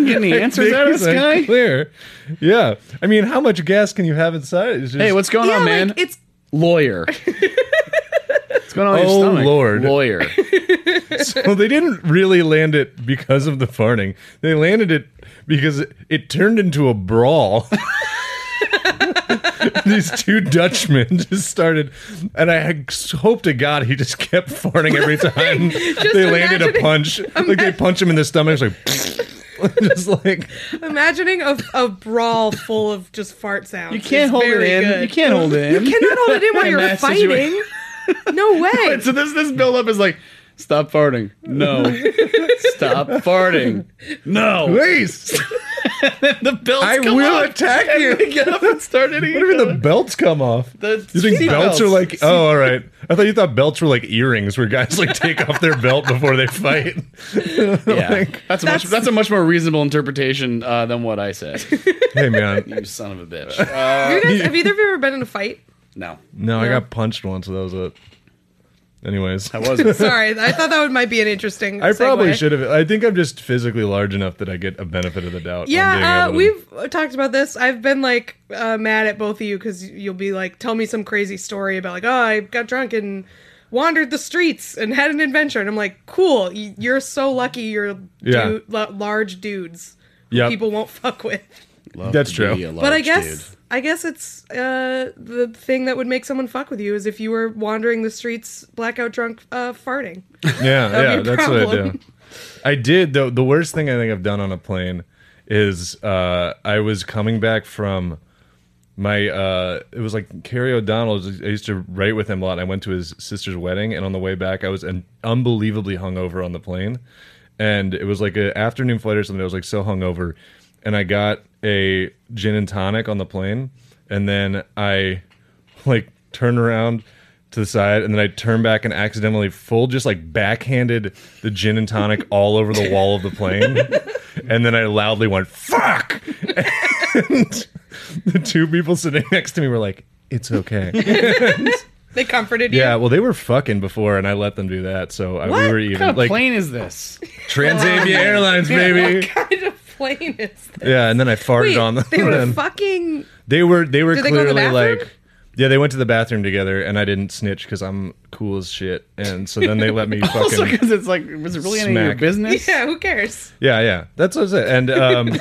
S1: Getting the answers
S3: Big
S1: out of this
S3: is
S1: guy.
S3: unclear. Yeah, I mean, how much gas can you have inside? It's just-
S1: Hey, what's going
S2: yeah,
S1: on, man?
S2: like it's
S1: lawyer. What's going on? with your
S3: Oh,
S1: stomach?
S3: Lord.
S1: lawyer.
S3: (laughs) Well, they didn't really land it because of the farting. They landed it because it, it turned into a brawl. (laughs) These two Dutchmen just started, and I had- hope to God he just kept farting
S1: (laughs)
S3: every time they landed a
S2: imagining-
S3: punch. like they punch him in the stomach, it's like (laughs) just like
S2: imagining a, a brawl full of just fart
S1: (laughs)
S2: sounds.
S1: You can't
S2: It's
S1: hold it
S2: very
S1: in.
S2: good.
S1: You can't hold (laughs) it in.
S2: You cannot hold it in while
S1: In
S2: you're
S1: that
S2: fighting.
S1: situation.
S2: No
S1: (laughs)
S2: way.
S1: so this this buildup is like, stop farting. (laughs) No. stop farting. No.
S3: please.
S1: the belts
S3: I
S1: come
S3: will
S1: off,
S3: attack
S1: and
S3: you.
S1: (laughs) they Get up and start hitting
S3: (laughs) What if
S1: each
S3: the
S1: other.
S3: belts come off?
S1: The
S3: you think
S1: seat
S3: belts,
S1: belts.
S3: are like? Oh, all right. I thought you thought belts were like earrings, where guys like take off their belt before they fight.
S1: Yeah.
S3: (laughs) Like,
S1: that's, a much, that's a much more reasonable interpretation uh, than what I said. (laughs)
S3: hey man,
S2: (laughs)
S1: you son of a
S3: (laughs)
S1: bitch. Uh,
S2: Have you
S1: (laughs)
S2: guys- have either of you ever been in a fight?
S1: no.
S3: no, I got punched once. So that was it. Anyways,
S1: I wasn't.
S2: (laughs) Sorry, I thought that would might be an interesting.
S3: I probably
S2: segue.
S3: should have. I think I'm just physically large enough that I get a benefit of the doubt. on being
S2: Yeah, uh,
S3: able to-
S2: we've talked about this. I've been like uh, mad at both of you because you'll be like, tell me some crazy story about like, oh, I got drunk and wandered the streets and had an adventure, and I'm like, cool, y- you're so lucky. You're
S3: Yeah.
S2: dude, la- large dudes. who
S3: Yep.
S2: people won't fuck with.
S1: Love
S3: That's
S1: to
S3: true.
S1: be a
S2: But I
S1: large
S2: guess
S1: dude.
S2: I guess it's uh, the thing that would make someone fuck with you is if you were wandering the streets blackout drunk, uh, farting. (laughs)
S3: Yeah, yeah,
S2: your
S3: that's what I do.
S2: problem.
S3: I did though. The worst thing I think I've done on a plane is uh, I was coming back from my. Uh, it was like Carrie O'Donnell. I used to write with him a lot. and I went to his sister's wedding, and on the way back, I was un- unbelievably hungover on the plane, and it was like an afternoon flight or something. I was like so hungover, and I got a gin and tonic on the plane, and then I like turn around to the side and then I turn back and accidentally full just like backhanded the gin and tonic all over the wall of the plane. and then I loudly went, fuck! And the two people sitting next to me were like, it's okay.
S2: (laughs) They comforted (laughs)
S3: yeah,
S2: you.
S3: well, they were fucking before and I let them do that. So I, we
S2: What?
S1: What
S3: were
S1: kind
S3: even
S1: of
S3: like
S1: plane is this?
S3: Transavia Airlines,
S2: What
S3: baby.
S2: kind of plane is that?
S3: Yeah, and then I farted
S2: Wait,
S3: on them.
S2: they were
S3: (laughs) and-
S2: fucking.
S3: They were they were
S2: Did they go to the
S3: clearly
S2: bathroom?
S3: like yeah, they went to the bathroom together, and I didn't snitch because I'm cool as shit. And so then they
S2: (laughs)
S3: let
S1: (laughs)
S3: me
S1: Also,
S3: fucking
S1: because it's like, was it really any of your
S3: Smack.
S1: business?
S2: Yeah, who cares?
S3: (laughs) yeah, yeah. That's what I said.
S2: (laughs)
S3: And um,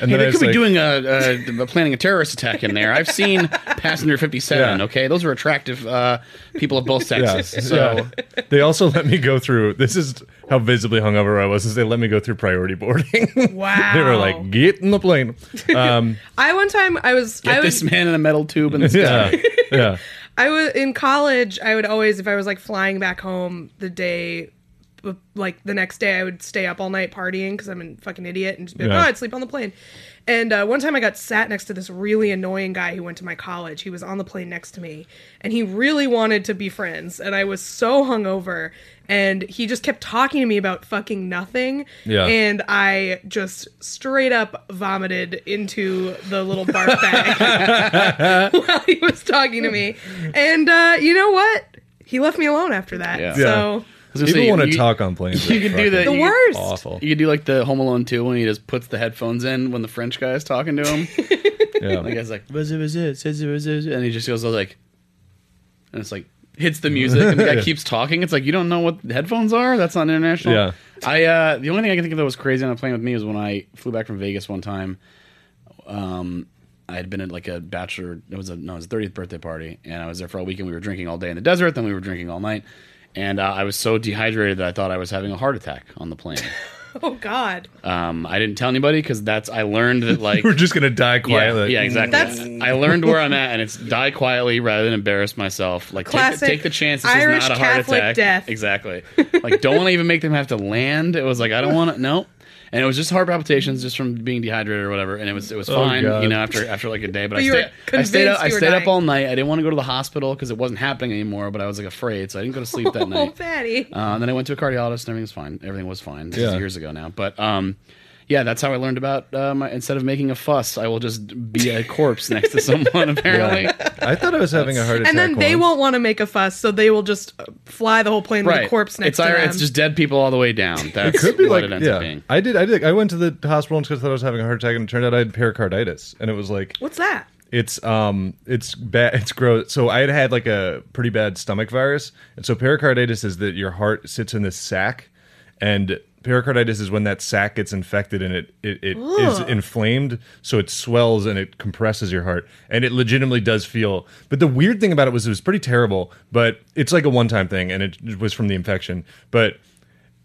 S3: and
S1: Hey,
S3: then I
S1: they
S3: was
S1: could be
S3: like-
S1: doing a, a, a planning a terrorist attack in there. I've
S3: (laughs)
S1: seen Passenger Fifty Seven.
S3: Yeah.
S1: Okay, those are attractive uh, people of both
S3: yeah,
S1: sexes.
S3: (laughs)
S1: So
S3: yeah. they also (laughs) let me go through. This is how visibly hungover I was. Is they let me go through priority boarding. (laughs)
S2: Wow.
S3: (laughs) they were like, get in the plane.
S1: (laughs)
S3: Um,
S2: I one time I was I
S1: get
S2: was
S1: this man in a metal tube and
S3: (laughs) yeah, yeah.
S2: I was in college. I would always if I was like flying back home the day, like the next day, I would stay up all night partying because I'm an fucking idiot and just be like,
S3: Yeah.
S2: oh, I'd sleep on the plane. And uh, one time I got sat next to this really annoying guy who went to my college. He was on the plane next to me and he really wanted to be friends. And I was so hungover and he just kept talking to me about fucking nothing.
S3: Yeah.
S2: And I just straight up vomited into the little barf
S3: (laughs)
S2: bag while (laughs) he was talking to me. And uh, you know what? He left me alone after that.
S1: Yeah.
S2: So
S3: People want to talk on planes.
S1: You could do that.
S2: the
S1: you,
S2: worst.
S3: Awful.
S1: You could do like the Home Alone two when he just puts the headphones in when the French guy is talking to him. the
S3: Yeah.
S1: guy's like, "What's it, what's it, what's it, what's it?" and he just goes like, and it's like hits the music, and
S3: (laughs)
S1: the guy keeps talking. It's like you don't know what headphones are. That's not international.
S3: Yeah.
S1: I uh, the only thing I can think of that was crazy on a plane with me was when I flew back from Vegas one time. Um, I had been at like a bachelor. It was a no, it was a thirtieth birthday party, and I was there for a week, and we were drinking all day in the desert. Then we were drinking all night. And uh, I was so dehydrated that I thought I was having a heart attack on the plane.
S2: oh god.
S1: Um, I didn't tell anybody because that's I learned that like
S3: (laughs) We're just gonna die quietly.
S1: yeah, yeah, exactly.
S2: That's-
S3: (laughs)
S1: I learned where I'm at, and it's die quietly rather than embarrass myself. Like take, the-
S2: Classic
S1: take the chance. This
S2: Irish
S1: is not a heart
S2: Catholic
S1: attack.
S2: death.
S1: Exactly. Like don't want to even make them have to land. It was like I don't want to. No. and it was just heart palpitations just from being dehydrated or whatever. And it was it was fine,
S3: Oh, God.
S1: you know, after after like a day. But,
S2: But
S1: I,
S2: you were
S1: stayed, I stayed up
S2: convinced
S1: I
S2: you were
S1: stayed up
S2: dying.
S1: all night. I didn't want to go to the hospital because it wasn't happening anymore. But I was like afraid, so I didn't go to sleep that
S2: (laughs) Oh,
S1: night.
S2: Patty.
S1: Uh, and then I went to a cardiologist, and everything was fine. Everything was fine. This is
S3: Yeah.
S1: years ago now, but um, yeah, that's how I learned about. Uh, my, instead of making a fuss, I will just be a corpse next to someone. (laughs) Apparently,
S3: I thought I was having a heart attack.
S2: and then they
S3: once.
S2: won't want to make a fuss, so they will just uh, fly the whole plane with a corpse next
S1: it's
S2: to
S1: ir-
S2: them.
S1: It's just dead people all the way down. That's
S3: Could be
S1: (laughs) what
S3: like
S1: it ends up
S3: yeah.
S1: being.
S3: I did. I did. I went to the hospital because I thought I was having a heart attack, and it turned out I had pericarditis, and it was like
S2: What's that?
S3: it's um it's bad (laughs) it's gross so i had had like a pretty bad stomach virus and so pericarditis is that your heart sits in this sac and pericarditis is when that sac gets infected and it it, it is inflamed so it swells and it compresses your heart and it legitimately does feel but the weird thing about it was it was pretty terrible but it's like a one-time thing and it was from the infection but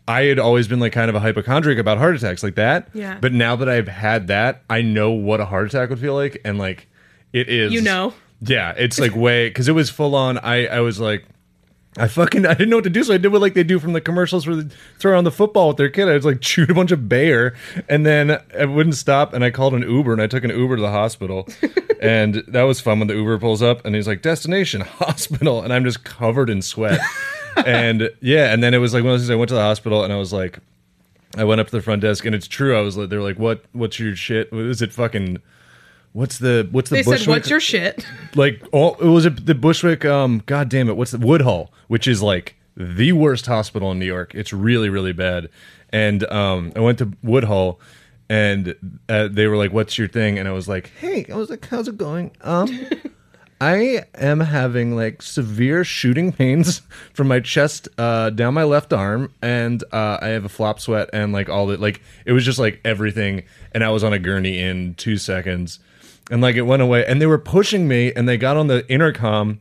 S3: I had always been like kind of a hypochondriac about heart attacks like that.
S2: Yeah.
S3: But now that I've had that, I know what a heart attack would feel like, and like it is.
S2: You know.
S3: Yeah, it's like way because it was full on. I I was like. I fucking (laughs) I didn't know what to do, so I did what like they do from the commercials where they throw around the football with their kid. I was like (laughs) chewed a bunch of bear, and then I wouldn't stop, and I called an Uber, and I took an Uber to
S2: (laughs)
S3: the hospital, and that was fun when the Uber pulls up, and he's like destination (laughs) hospital, and I'm just covered
S2: (laughs)
S3: in sweat, and yeah, and then it was like one of those things. I went to the hospital, and I was like, I went up to the front desk, and it's true. I was like, they're like, what? What's your shit? Is it fucking? What's the what's the
S2: They said,
S3: Bushwick-
S2: "What's your shit?" (laughs)
S3: like all it was it the Bushwick um god damn it what's the Woodhull which is like the worst hospital in New York it's really really bad and um I went to Woodhull and uh, they were like what's your thing and I was like hey I was like how's it going um I am having like severe shooting pains (laughs) from my chest uh, down my left arm, and uh, I have a flop sweat and like all that. Like it was just like everything, and I was on a gurney in two seconds, and like it went away. And they were pushing me, and they got on the intercom,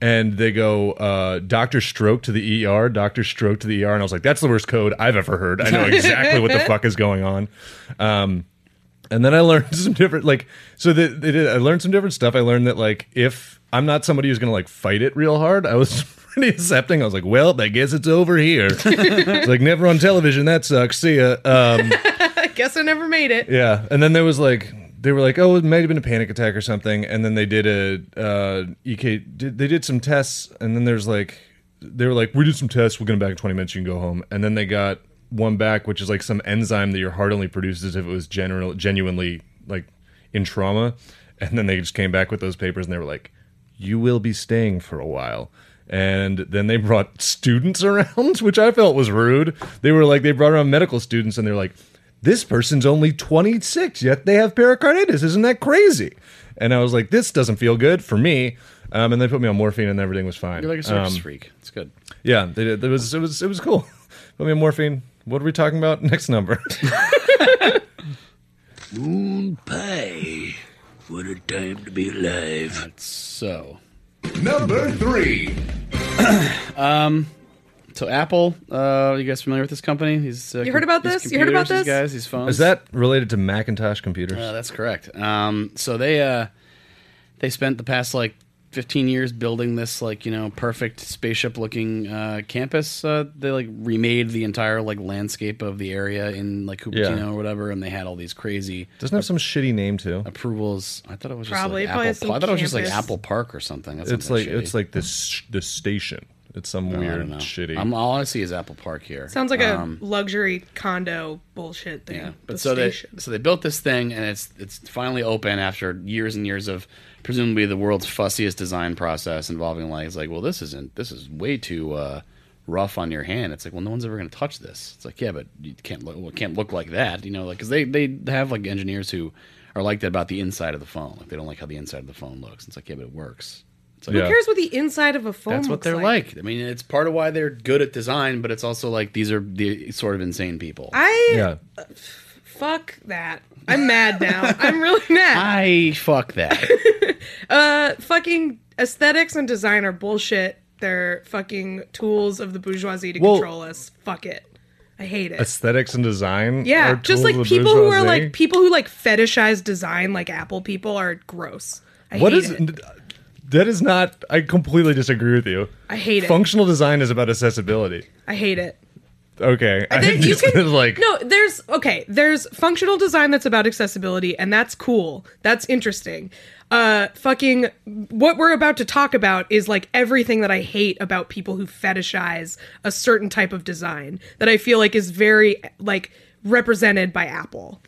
S3: and they go, uh, "Doctor Stroke to the ER, Doctor Stroke to the ER," and I was like, "That's the worst code I've ever heard. I know exactly what the fuck is going on." Um, and then I learned (laughs) some different like so that they did, I learned some different stuff. I learned that like if I'm not somebody who's gonna like fight it real hard, I was (laughs) pretty accepting. I was like, well, I guess it's over here. (laughs) it's like never on television. That sucks. See ya. Um,
S2: I guess I never made it.
S3: yeah. And then there was like they were like, oh, it might have been a panic attack or something. And then they did a uh, EK. Did, they did some tests, and then there's like they were like, we did some tests. We'll get them back in 20 minutes. You can go home. And then they got one back, which is like some enzyme that your heart only produces if it was general, genuinely like in trauma. And then they just came back with those papers, and they were like, you will be staying for a while. And then they brought (laughs) students around, which I felt was rude. They were like, they brought around medical students, and they're like, this person's only 26, yet they have pericarditis. Isn't that crazy? And I was like, this doesn't feel good for me. Um, and they put me on morphine, and everything was fine. Um,
S1: You're like a circus freak. It's good.
S3: Yeah, they did. It was it was it was cool. (laughs) put me on morphine. What are we talking about? (laughs) Next number.
S1: (laughs)
S7: Pie. What a time to be alive.
S1: So,
S5: Number three.
S1: so Apple. Uh, are you guys familiar with this company? These, uh,
S2: You heard about
S1: these
S2: this? You heard about
S1: computers, These
S2: this?
S1: guys, these phones.
S3: Is that related to Macintosh computers?
S1: Uh, that's correct. Um, so they uh, they spent the past like 15 years building this like you know perfect spaceship looking uh, campus. Uh, they like remade the entire like landscape of the area in like Cupertino
S3: Yeah.
S1: or whatever, and they had all these crazy
S3: Doesn't it have some shitty name too.
S1: approvals. I thought it was
S2: Probably,
S1: just
S2: probably
S1: like
S2: some
S1: Apple. I thought it was just like
S2: campus.
S1: Apple Park or something. That's
S3: It's like
S1: something
S3: it's
S1: shitty.
S3: like this the station. It's some
S1: I
S3: weird
S1: don't know.
S3: shitty.
S1: I'm, all I see is Apple Park here.
S2: Sounds like a
S1: Um,
S2: luxury condo bullshit thing.
S1: Yeah, but
S2: The
S1: so
S2: station.
S1: they so they built this thing, and it's it's finally open after years and years of presumably the world's fussiest design process involving like it's like, well, this isn't this is way too uh, rough on your hand. It's like, well, no one's ever going to touch this. It's like, yeah, but you can't look well, it can't look like that, you know, like because they they have like engineers who are like that about the inside of the phone, like they don't like how the inside of the phone looks. It's like, yeah, but it works. It's like,
S3: Yeah.
S2: Who cares what the inside of a phone?
S1: that's what
S2: looks
S1: they're like. I mean, it's part of why they're good at design, but it's also like these are the sort of insane people.
S2: I
S3: yeah.
S2: fuck that. I'm mad now. I'm really (laughs) mad.
S1: I fuck that.
S2: Fucking aesthetics and design are bullshit. They're fucking tools of the bourgeoisie to
S3: Well-
S2: control us. Fuck it. I hate it.
S3: Aesthetics and design.
S2: yeah,
S3: are
S2: just
S3: tools
S2: like
S3: of the
S2: people who are
S3: bourgeoisie.
S2: like people who like fetishize design, like Apple people, are gross. I
S3: What
S2: hate
S3: is
S2: it.
S3: that? Is not. I completely disagree with you.
S2: I hate it.
S3: Functional design is about accessibility.
S2: I hate it.
S3: Okay, I (laughs)
S2: There- you
S3: just
S2: can-
S3: like
S2: no there's okay there's functional design that's about accessibility and that's cool that's interesting uh fucking what we're about to talk about is like everything that i hate about people who fetishize a certain type of design that i feel like is very like represented by apple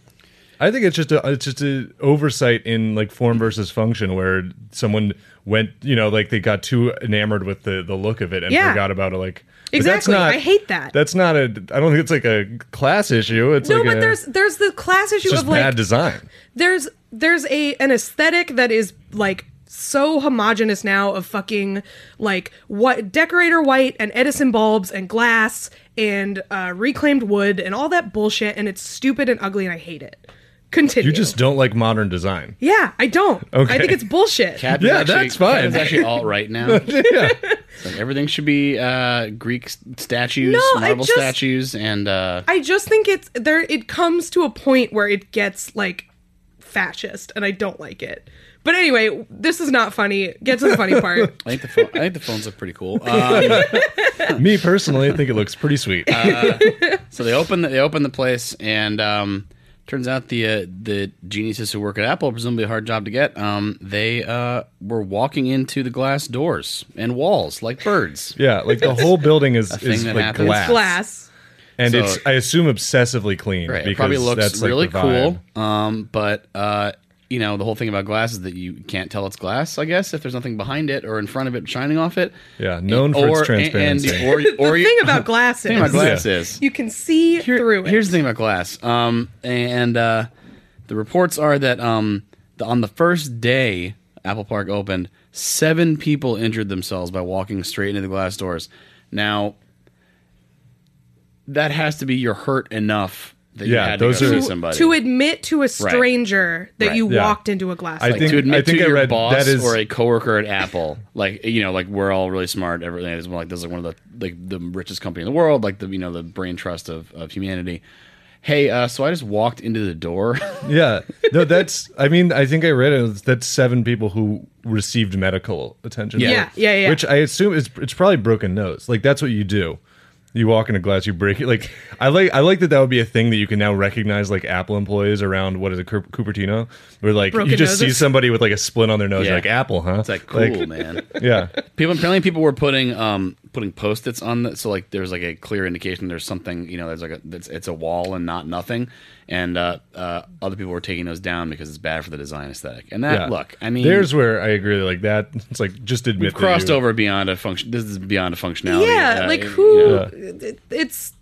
S3: I think it's just a it's just a oversight in like form versus function where someone went you know like they got too enamored with the the look of it and
S2: Yeah.
S3: forgot about it like but
S2: Exactly. I hate that.
S3: That's not a. I don't think it's like a class issue. It's
S2: no
S3: like
S2: but
S3: a-
S2: there's there's the class
S3: it's
S2: issue
S3: just
S2: of like
S3: bad design.
S2: there's there's a an aesthetic that is like so homogenous now of fucking like what decorator white and Edison bulbs and glass and uh, reclaimed wood and all that bullshit and it's stupid and ugly and I hate it. Continue.
S3: You just don't like modern design.
S2: yeah, I don't. I
S3: Okay.
S2: think it's bullshit.
S1: Cap
S3: Yeah,
S1: is actually,
S3: that's fine.
S1: Cap is actually all right
S3: (laughs)
S1: now. It's like everything should be uh, Greek s- statues,
S2: No, I
S1: marble
S2: just-
S1: statues, and uh,
S2: I just think it's there. It comes to a point where it gets like fascist and I don't like it. But anyway, this is not funny. Get to the funny
S1: (laughs)
S2: part.
S1: I think the phone, I think the phones look pretty cool. Um,
S3: Me personally, I think it looks pretty sweet.
S1: so they open the, they open the place, and um, turns out the uh, the geniuses who work at Apple, presumably a hard job to get, um, they uh, were walking into the glass doors and walls like birds.
S3: yeah, like the whole building is
S1: thing
S3: is
S1: that
S3: like
S1: happens.
S3: glass,
S2: Glass.
S3: and
S1: So-
S3: it's I assume obsessively clean.
S1: Right,
S3: because
S1: it probably looks
S3: that's, like,
S1: really
S3: the vibe.
S1: cool. Um, but uh, you know, the whole thing about glass is that you can't tell it's glass. I guess if there's nothing behind it or in front of it shining off it.
S3: Yeah, known for its transparency.
S1: or, or
S2: (laughs) the
S1: you-
S2: thing about glass is
S1: thing about glass is
S2: you can see
S1: here-
S2: through it.
S1: Here's the thing about glass. Um, and uh, the reports are that um, the, on the first day Apple Park opened, seven people injured themselves by walking straight into the glass doors. Now, that has to be you're hurt enough that
S3: Yeah,
S1: you had to
S3: those
S1: go
S3: are-
S1: see
S3: To-
S1: somebody.
S2: to admit to a stranger that
S1: Right.
S2: you
S3: Yeah.
S2: walked into a glass.
S3: I
S2: door.
S3: think-
S1: to admit
S3: I think
S1: to
S3: I
S1: your
S3: read
S1: boss
S3: that is-
S1: or a coworker at Apple, like you know, like we're all really smart. Everything is like this is one of the like the richest company in the world, like the you know the brain trust of, of humanity. Hey, uh, so I just walked into the door. (laughs)
S3: Yeah. No, that's, I mean, I think I read it. That's seven people who received medical attention.
S1: Yeah.
S3: for it.
S2: Yeah, yeah, yeah.
S3: Which I assume is, it's probably broken nose. Like, that's what you do. You walk in a glass, you break it. Like, I like, I like that that would be a thing that you can now recognize, like Apple employees around what is it, Coo- Cupertino, where like
S2: Broken
S3: you just see
S2: noses?
S3: somebody with like a splint on their nose,
S1: Yeah.
S3: you're like Apple, huh?
S1: It's like cool, man.
S3: Yeah,
S1: People apparently people were putting um putting post its on the so like there's like a clear indication there's something you know there's like a that's it's a wall and not nothing, and uh, uh other people were taking those down because it's bad for the design aesthetic. And that
S3: yeah.
S1: look, I mean,
S3: there's where I agree. Like that, it's like just admit
S1: we've crossed
S3: that you-
S1: over beyond a function. This is beyond a functionality.
S2: yeah,
S1: uh,
S2: like
S1: you
S2: who?
S1: know.
S2: it- It's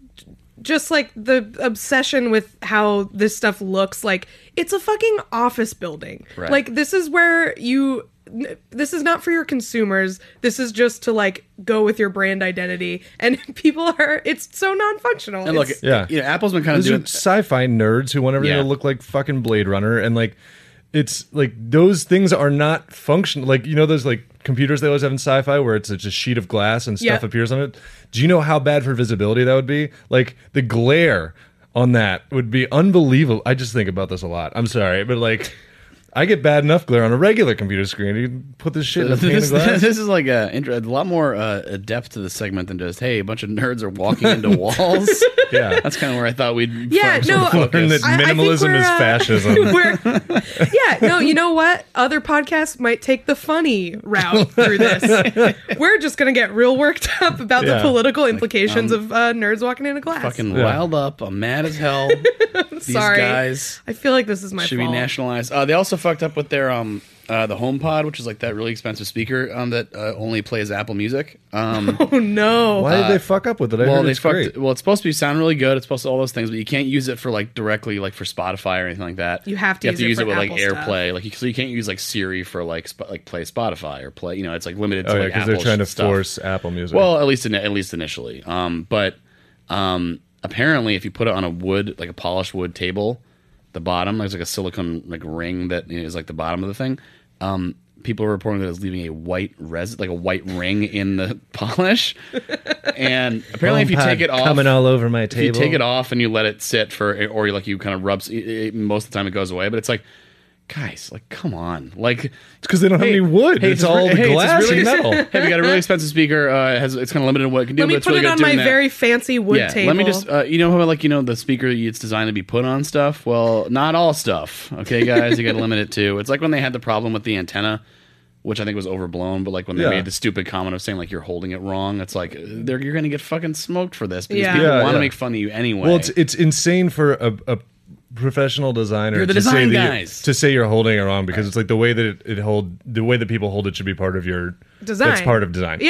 S2: just like the obsession with how this stuff looks. Like it's a fucking office building.
S1: Right.
S2: Like this is where you. n- This is not for your consumers. This is just to like go with your brand identity, and (laughs) people are. It's so non-functional.
S1: And look,
S2: It's-
S3: Yeah.
S1: you know, Apple's been kind of
S3: Those
S1: doing.
S3: are sci-fi nerds who want everything
S1: Yeah.
S3: to look like fucking Blade Runner, and like, it's like those things are not functional. Like you know those like computers they always have in sci-fi where it's just a sheet of glass and stuff
S2: Yeah.
S3: appears on it. Do you know how bad for visibility that would be? Like the glare on that would be unbelievable. I just think about this a lot. I'm sorry, but like. I get bad enough glare on a regular computer screen. You put this shit in a pane of
S1: (laughs) This, (laughs)
S3: glass.
S1: this is like a, intro- a lot more uh, depth to the segment than just hey, a bunch of nerds are walking
S3: (laughs)
S1: into walls.
S3: Yeah.
S1: that's kind of where I thought we'd
S2: Yeah,
S1: sort of
S2: no,
S3: Learn that (laughs)
S1: focus.
S2: I- I think
S3: minimalism
S2: we're,
S3: is
S2: uh, (laughs)
S1: (laughs)
S3: fascism.
S2: We're- yeah, no, you know what? Other podcasts might take the funny route
S1: (laughs)
S2: through this. We're just going to get real worked up about the
S3: Yeah.
S2: political implications of uh, nerds walking in a glass.
S1: um, fucking
S3: Yeah.
S1: wild up. I'm mad as
S2: (laughs)
S1: hell. These
S2: Sorry.
S1: guys
S2: I feel like this is my
S1: should
S2: fault.
S1: be nationalized. Uh, they also fucked up with their um uh, the HomePod, which is like that really expensive speaker um that uh, only plays Apple Music. Um,
S2: Oh, no.
S3: Why did they fuck up with it? I
S1: well,
S3: heard
S1: they
S3: it's
S1: fucked.
S3: great.
S1: Well, it's supposed to be sound really good. It's supposed to all those things, but you can't use it for like directly, like for Spotify or anything like that.
S2: You have to use it for
S1: with like
S2: Apple stuff.
S1: AirPlay, like you- so you can't use like Siri for like sp- like play Spotify or play. You know, it's like limited.
S3: Oh
S1: to
S3: yeah,
S1: like,
S3: because they're
S1: Apple
S3: trying to
S1: stuff.
S3: force Apple Music.
S1: Well, at least in, at least initially. Um, but um, apparently, if you put it on a wood, like a polished wood table, the bottom there's like a silicone like ring that is like the bottom of the thing. Um, people are reporting that it's leaving a white res, like a white ring in the (laughs) polish. And apparently, if you take it off,
S3: over my
S1: if you take it off and you let it sit for, or you like you kind of rubs. It, it- most of the time, it goes away. But it's like, guys, like, come on, like, it's
S3: because they don't have any wood. it's
S1: this
S3: all
S1: re- hey, it's
S3: glass
S1: really- (laughs)
S3: and metal.
S1: Hey, we got a really expensive speaker. Uh, it has it's kind of limited in what it can do.
S2: Let
S1: but
S2: me
S1: it's
S2: put
S1: really
S2: it
S1: good
S2: on
S1: at
S2: my
S1: doing that.
S2: very fancy wood
S1: yeah,
S2: table.
S1: Let me just, uh, you know how like you know the speaker it's designed to be put on stuff. Well, not all stuff. Okay, guys, you got to limit it to. It's like when they had the problem with the antenna, which I think was overblown. But like when they
S3: Yeah.
S1: made the stupid comment of saying like you're holding it wrong, it's like uh, they're, you're going to get fucking smoked for this because
S2: Yeah.
S1: people
S3: Yeah,
S1: want to
S3: yeah.
S1: make fun of you anyway.
S3: Well, it's it's insane for a, a professional designer
S1: You're the
S3: to
S1: design
S3: say that you-
S1: guys.
S3: to say you're holding it wrong because it's like the way that it, it hold the way that people hold it should be part of your
S2: design.
S3: It's part of design.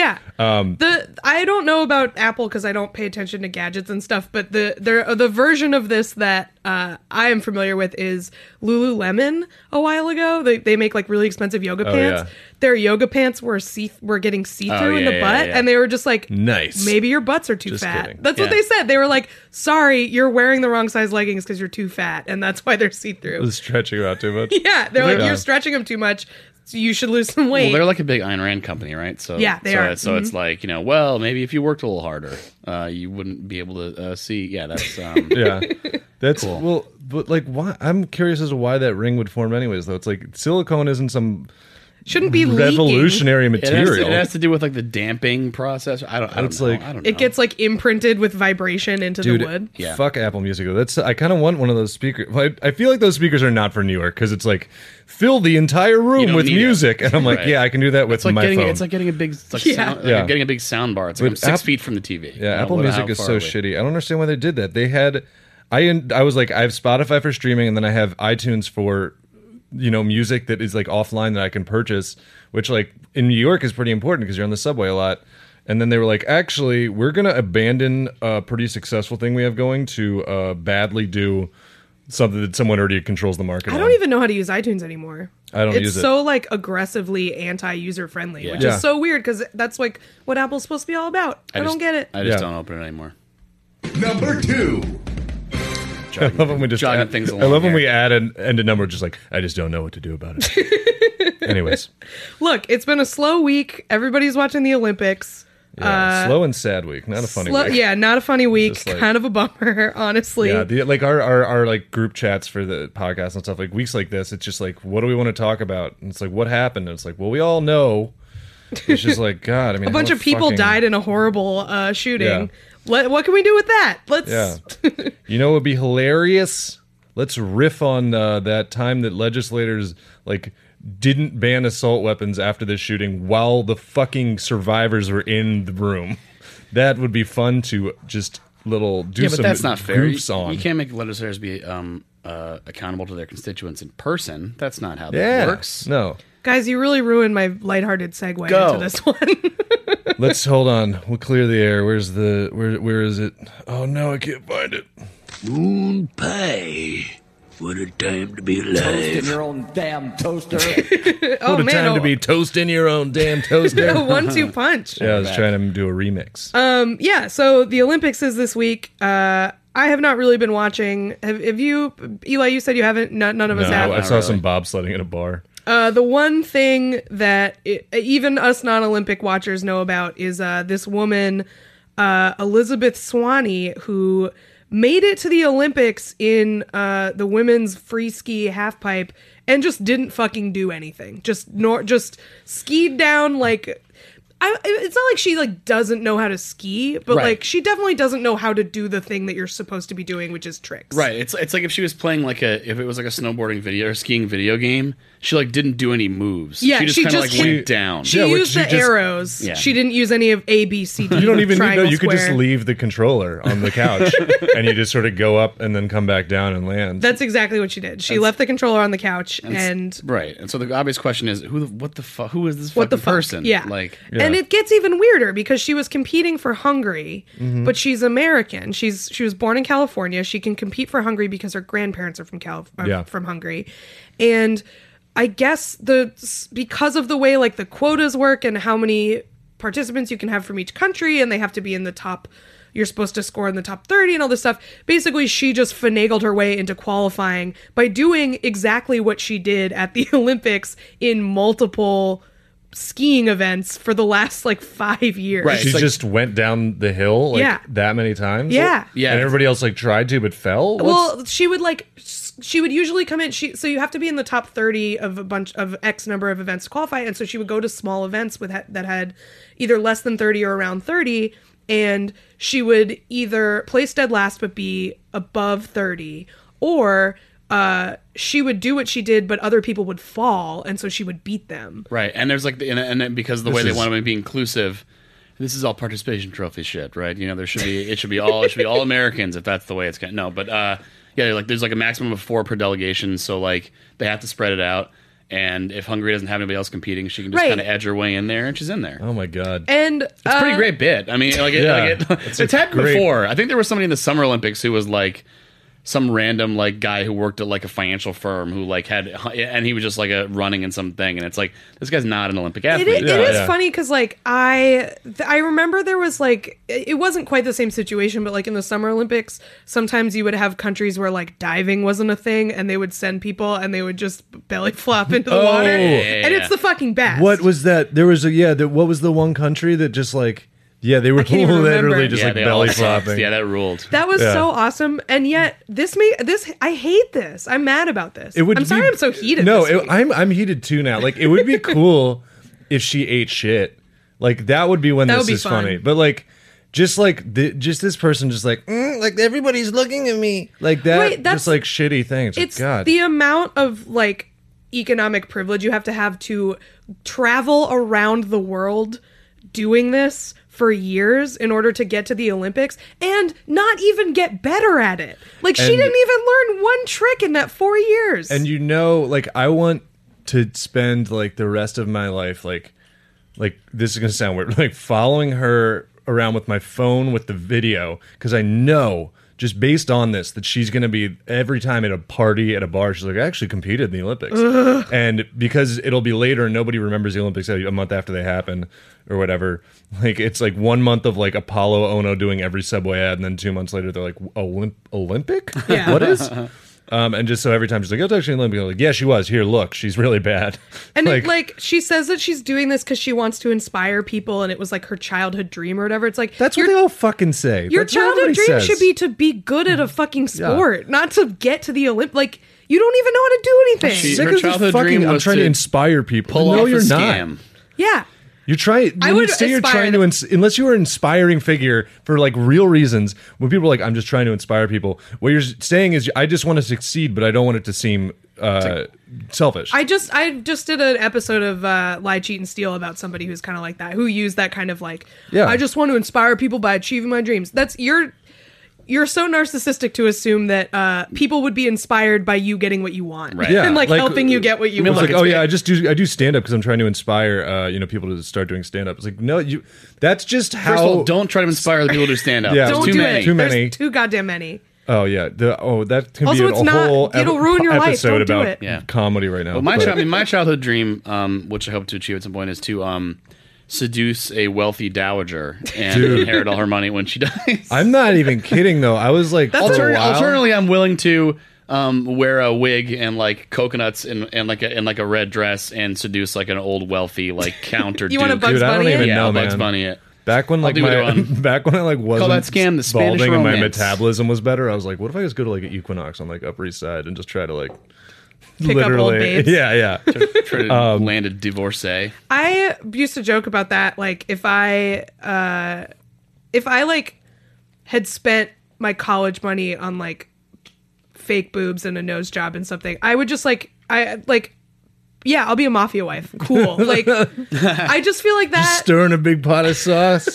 S2: Yeah.
S3: Um,
S2: the I don't know about Apple because I don't pay attention to gadgets and stuff, but the there uh, the version of this that uh, I am familiar with is Lululemon. A while ago, they they make like really expensive yoga pants.
S3: Oh, yeah. Oh,
S2: Their yoga pants were see were getting see through in
S1: yeah,
S2: the
S1: yeah,
S2: butt,
S1: yeah.
S2: and they were just like
S3: Nice.
S2: Maybe your butts are too
S3: Just
S2: fat.
S3: kidding.
S2: That's what
S1: Yeah.
S2: they said. They were like, "Sorry, you're wearing the wrong size leggings because you're too fat, and that's why they're see through."
S3: It's stretching out too
S2: (laughs)
S3: much.
S2: Yeah, they're like,
S3: Yeah.
S2: "You're stretching them too much. So you should lose some weight."
S1: Well, they're like a big Ayn Rand company, right? So
S2: Yeah, they
S1: so,
S2: are. Mm-hmm.
S1: So it's like you know, well, maybe if you worked a little harder, uh, you wouldn't be able to uh, see. Yeah, that's
S3: (laughs)
S1: um,
S3: yeah that's well but like why i'm curious as to why that ring would form anyways though it's like silicone isn't some
S2: Shouldn't be leaking.
S3: revolutionary
S1: It has, to,
S3: material
S1: it has to do with like the damping process. I don't. I don't
S3: It's
S1: know.
S3: like-
S1: I don't know.
S2: It gets like imprinted with vibration into
S3: dude
S2: the wood.
S1: Yeah.
S3: fuck apple music though. that's i kind of want one of those speakers I, I feel like those speakers are not for newark because it's like fill the entire room
S1: don't
S3: with
S1: need it.
S3: music and i'm like
S1: Right.
S3: yeah i can do that with
S1: It's like
S3: my
S1: getting.
S3: phone
S1: It's like getting a big. It's like
S2: Yeah.
S1: sound, like
S3: Yeah.
S1: getting a big sound bar. It's like
S3: But
S1: I'm six
S3: App-
S1: feet from the TV.
S3: Yeah,
S1: You know,
S3: Apple
S1: what-
S3: Music
S1: how
S3: is
S1: far
S3: so
S1: away.
S3: shitty. I don't understand why they did that. They had, I I was like, I have Spotify for streaming, and then I have iTunes for, you know, music that is like offline that I can purchase, which like in New York is pretty important because you're on the subway a lot. And then they were like, actually, we're gonna abandon a pretty successful thing we have going to uh, badly do something that someone already controls the market.
S2: I
S3: on.
S2: don't even know how to use iTunes anymore.
S3: I don't
S2: it's
S3: use it.
S2: so like aggressively anti-user friendly, which
S3: Yeah.
S2: is so weird because that's like what Apple's supposed to be all about. I,
S1: just-
S2: don't get it.
S1: I just
S3: Yeah.
S1: don't open it anymore.
S5: Number two.
S3: (laughs) I love when we just
S1: jogging
S3: add-
S1: things
S3: I
S1: along
S3: love when
S1: here.
S3: we add an end a number, just like I just don't know what to do about it.
S1: (laughs)
S3: Anyways,
S2: Look, it's been a slow week. Everybody's watching the Olympics.
S1: Uh,
S3: yeah, slow and sad week, not a funny
S2: Slow-
S3: week.
S2: yeah, not a funny week.
S3: just like-
S2: kind of a bummer, (laughs) honestly.
S3: Yeah, the, like our, our our like group chats for the podcast and stuff. Like weeks like this, it's just like, what do we want to talk about? And it's like, what happened? And it's like, well, we all know. It's
S1: (laughs)
S3: just like God. I mean,
S2: a bunch of people died in a horrible uh, shooting. Let, what can we do with that? Let's.
S3: Yeah, you know, it would be hilarious. Let's riff on uh, that time that legislators like didn't ban assault weapons after this shooting while the fucking survivors were in the room. That would be fun to just little do
S1: Yeah,
S3: some
S1: but that's not fair. You,
S3: goofs on.
S1: you can't make legislators be um, uh, accountable to their constituents in person. That's not how that
S3: yeah,
S1: works.
S3: no.
S2: Guys, you really ruined my lighthearted segue
S1: Go.
S2: into this (laughs) one.
S3: Let's hold on. We'll clear the air. Where's the where where is it? Oh no, I can't find it.
S2: Oh,
S7: Moon pie. What a time to be
S6: Toast in
S7: alive.
S6: your own damn toaster.
S2: oh,
S3: what a
S2: man.
S3: time
S2: a-
S3: to be toasting your own
S2: (laughs)
S3: damn
S2: a
S3: toaster. (laughs)
S2: one-two punch.
S3: yeah, I was trying to do a remix.
S2: Oh, Um, yeah, so the Olympics is this week. Uh, I have not really been watching. Have, have you, Eli? You said you haven't. No, none of
S3: no,
S2: us have.
S3: I saw
S1: really.
S3: some bobsledding at a bar.
S2: Uh, the one thing that it, even us non-Olympic watchers know about is uh, this woman, uh, Elizabeth Swanee, who made it to the Olympics in uh, the women's free ski halfpipe and just didn't fucking do anything. Just nor just skied down like. I, it's not like she like doesn't know how to ski, but
S1: Right.
S2: like she definitely doesn't know how to do the thing that you're supposed to be doing, which is tricks.
S1: Right. It's it's like if she was playing like a if it was like a snowboarding video or skiing video game, she like didn't do any moves.
S2: Yeah,
S1: she just
S2: she
S1: kind of like
S2: just- she-
S1: went down.
S2: She
S3: Yeah, which
S2: used
S3: she
S2: the
S3: just-
S2: arrows.
S1: Yeah.
S2: She didn't use any of A, B, C, D.
S3: You don't even need no,
S2: triangle,
S3: you could just
S2: square.
S3: leave the controller on
S2: (laughs)
S3: the couch and you just sort of go up and then come back down and land.
S2: That's exactly what she did. She left the controller on the couch and
S1: Right. And so the obvious question is who the what the fuck who is this
S2: what
S1: fucking
S2: the fuck?
S1: person?
S2: Yeah.
S1: Like
S2: And it gets even weirder because she was competing for Hungary, but she's American. She's she was born in California. She can compete for Hungary because her grandparents are from Calif- uh,
S3: Yeah.
S2: from Hungary. And I guess the because of the way like the quotas work and how many participants you can have from each country and they have to be in the top you're supposed to score in the top 30 and all this stuff. Basically, she just finagled her way into qualifying (laughs) by doing exactly what she did at the Olympics in multiple skiing events for the last like five years.
S1: Right.
S3: She
S1: It's like-
S3: just went down the hill like
S2: Yeah.
S3: that many times.
S2: Yeah.
S1: Yeah.
S3: And everybody else like tried to but fell. What's-
S2: Well, she would like s- she would usually come in. She so you have to be in the top thirty of a bunch of X number of events to qualify, and so she would go to small events with ha- that had either less than thirty or around thirty, and she would either place dead last but be above thirty, or uh, she would do what she did, but other people would fall, and so she would beat them.
S1: Right, and there's like, the, and, and then because of the way
S3: is-
S1: they want to be inclusive, this is all participation trophy shit, right? You know, there should be it should be all it should be all Americans if that's the way it's going. to No, but uh, yeah, like there's like a maximum of four per delegation, so like they have to spread it out. And if Hungary doesn't have anybody else competing, she can just
S2: Right.
S1: kind of edge her way in there, and she's in there.
S3: oh my god.
S2: And
S1: It's a pretty
S2: uh,
S1: great bit. I mean, like, it,
S3: Yeah.
S1: like (laughs) it, it's,
S3: It's a
S1: happened
S3: great-
S1: before. I think there was somebody in the Summer Olympics who was like some random like guy who worked at like a financial firm who like had and he was just like a running in something and it's like this guy's not an Olympic athlete.
S2: It is, it
S3: Yeah,
S2: is
S3: yeah.
S2: funny because like I th- I remember there was like it it wasn't quite the same situation, but like in the Summer Olympics, sometimes you would have countries where like diving wasn't a thing, and they would send people and they would just belly flop into the
S3: Oh.
S2: water,
S3: Yeah,
S1: yeah,
S2: and
S1: yeah.
S2: it's the fucking best.
S8: What was that? There was a yeah. That what was the one country that just like yeah they were
S2: can't even remember.
S8: literally just
S1: yeah,
S8: like
S1: they all
S8: belly
S1: sucked.
S8: flopping.
S1: Yeah, that ruled.
S2: that was
S8: Yeah.
S2: so awesome, and yet this may this I hate this. I'm mad about this.
S3: It would
S2: I'm sorry,
S3: be-
S2: I'm so heated.
S3: No,
S2: this
S3: it-
S2: week.
S3: I'm I'm heated too now. Like it
S2: (laughs)
S3: would be cool if she ate shit. Like that would be when
S2: That
S3: this
S2: would be
S3: is
S2: fun.
S3: funny. But like just like the, just this person just like "Mm, like everybody's looking at me like that
S2: Wait, that's-
S3: just like shitty things.
S2: it's
S3: God.
S2: the amount of like economic privilege you have to have to travel around the world doing this for years in order to get to the Olympics and not even get better at it. Like she
S3: And-
S2: didn't even learn one trick in that 4 years.
S3: and you know like I want to spend like the rest of my life like like this is going to sound weird like following her around with my phone with the video cuz I know just based on this that she's going to be every time at a party at a bar she's like I actually competed in the Olympics and because it'll be later and nobody remembers the Olympics a month after they happen or whatever like it's like one month of like Apollo Ono doing every subway ad and then 2 months later they're like Olymp- Olympic
S2: Yeah.
S3: (laughs)
S2: (laughs)
S3: what is um, and just so every time she's like, "Oh, it's actually an Olympic," I'm like, "Yeah, she was. Here, look, she's really bad." (laughs)
S2: And like, like she says that she's doing this cuz she wants to inspire people and it was like her childhood dream or whatever. It's like
S3: That's
S2: your-
S3: what they all fucking say.
S2: Your
S3: That's what
S2: childhood
S3: everybody
S2: dream
S3: says.
S2: should be to be good at a fucking sport, not to get to the Olymp. Like you don't even know how to do anything.
S1: She-
S3: Sick
S1: Her
S3: of this
S1: childhood
S3: fucking-
S1: dream
S3: I'm
S1: was
S3: trying to,
S1: to
S3: inspire people.
S1: Pull
S3: no,
S1: off
S3: you're
S1: a
S3: not.
S1: scam.
S2: yeah,
S3: You're
S2: I
S3: trying. when you
S2: would
S3: say you're
S2: aspire
S3: trying
S2: to-
S3: to, ins- unless you are an inspiring figure for like real reasons. When people are like, "I'm just trying to inspire people," what you're saying is, "I just want to succeed, but I don't want it to seem uh, selfish."
S2: I just I just did an episode of uh, Lie, Cheat, and Steal about somebody who's kind of like that, who used that kind of like,
S3: Yeah.
S2: I just want to inspire people by achieving my dreams. That's you're you're so narcissistic to assume that uh, people would be inspired by you getting what you want,
S1: Right.
S3: Yeah,
S2: and like,
S3: like,
S2: helping you get what you
S3: I mean,
S2: want.
S3: it's like, oh yeah, I just do I do stand up because I'm trying to inspire uh, you know people to start doing stand up. It's like no, you that's just how.
S1: First of all, don't try to inspire the people to stand up.
S3: Yeah.
S1: There's
S2: don't
S1: too
S2: do
S1: many.
S2: it.
S3: Too
S2: There's
S3: many.
S2: too goddamn many.
S3: Oh yeah. The, oh, that can
S2: Also,
S3: be a
S2: it's not-
S3: whole
S2: it'll ruin your life.
S3: episode
S2: Don't do
S3: about
S2: it.
S1: Yeah.
S3: comedy right now.
S1: Well, my,
S3: but-
S1: chi- I mean, my childhood dream, um, which I hope to achieve at some point, is to um, seduce a wealthy dowager and
S3: Dude.
S1: inherit all her money when she (laughs) dies.
S3: I'm not even kidding though. I was like, for a
S1: Alterna-
S3: while,
S1: Alternatively, I'm willing to um, wear a wig and like coconuts and, and like a, and like a red dress and seduce like an old wealthy
S2: (laughs)
S1: like counter.
S2: You want a
S1: dude.
S2: Bugs
S3: dude, I don't
S2: Bunny it?
S3: even
S1: yeah,
S3: know,
S1: I'll Bugs
S3: man.
S1: Bunny
S2: (laughs)
S1: it.
S3: Back when like
S1: do it
S3: my
S1: on-
S3: (laughs) back when I like wasn't
S1: that scam the Spanish
S3: balding and my
S1: romance.
S3: metabolism was better, I was like, what if I just go to like an Equinox on like Upper East Side and just try to like
S2: up old
S3: literally, (laughs)
S2: babes.
S3: yeah, yeah.
S2: (laughs)
S1: Try to
S2: Um,
S1: land a divorcee.
S2: I used to joke about that. Like if I uh, if I like had spent my college money on like fake boobs and a nose job and something, I would just like I like yeah, I'll be a mafia wife. Cool. Like I just feel like that.
S3: Stir in a big pot
S2: (laughs)
S3: of sauce.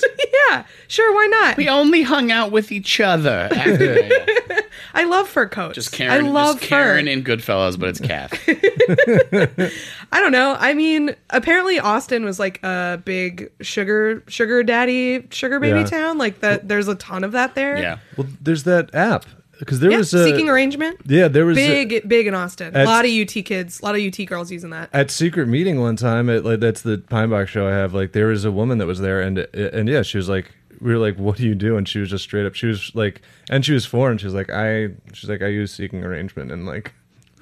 S2: yeah, sure. Why not?
S1: We only hung out with each
S2: (laughs)
S1: other.
S2: I love fur coats.
S1: just Karen.
S2: I love
S1: just Karen
S2: fur.
S1: in Goodfellas, but it's Kath.
S2: (laughs) I don't know. I mean, apparently Austin was like a big sugar sugar daddy sugar baby
S3: Yeah.
S2: town. Like that. There's a ton of that there.
S1: Yeah.
S3: well, there's that app because there
S2: Yeah,
S3: was a
S2: seeking arrangement.
S3: yeah, there was a-
S2: big, big in Austin. A
S3: That's-
S2: lot of UT kids, a lot of UT girls using that.
S3: at secret meeting one time at like that's the Pinebox show I have like there was a woman that was there and and yeah she was like we were like what do you do and she was just straight up she was like and she was foreign she was like I she's like I use seeking arrangement and like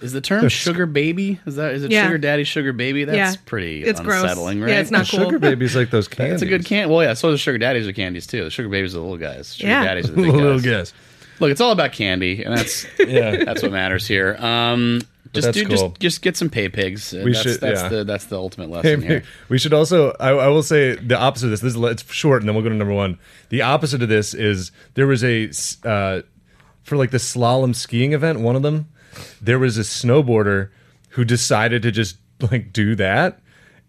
S1: Is the term sugar baby? Is that is it
S2: Yeah.
S1: sugar daddy, sugar baby? That's
S2: Yeah.
S1: pretty
S2: It's gross.
S1: unsettling, right?
S2: Yeah, it's not cool.
S3: Sugar babies like
S1: (laughs)
S3: those candies.
S1: It's Ah, a good can. Well, yeah. So the sugar daddies are candies too. The sugar babies are the little guys. Sugar
S2: Yeah.
S1: daddies are
S2: (laughs)
S1: the big
S3: (laughs) little
S1: guys.
S3: guess.
S1: Look, it's all about candy, and that's (laughs)
S3: Yeah.
S1: that's what matters here. Um, just
S3: that's
S1: do
S3: cool.
S1: just just get some pay pigs. We that's,
S3: should-
S1: That's
S3: yeah.
S1: the that's the ultimate
S3: Hey,
S1: lesson
S3: man,
S1: here.
S3: we should also. I, I will say the opposite of this. This is it's short, and then we'll go to number one. The opposite of this is there was a s- uh, for like the slalom skiing event. One of them, there was a snowboarder who decided to just like do that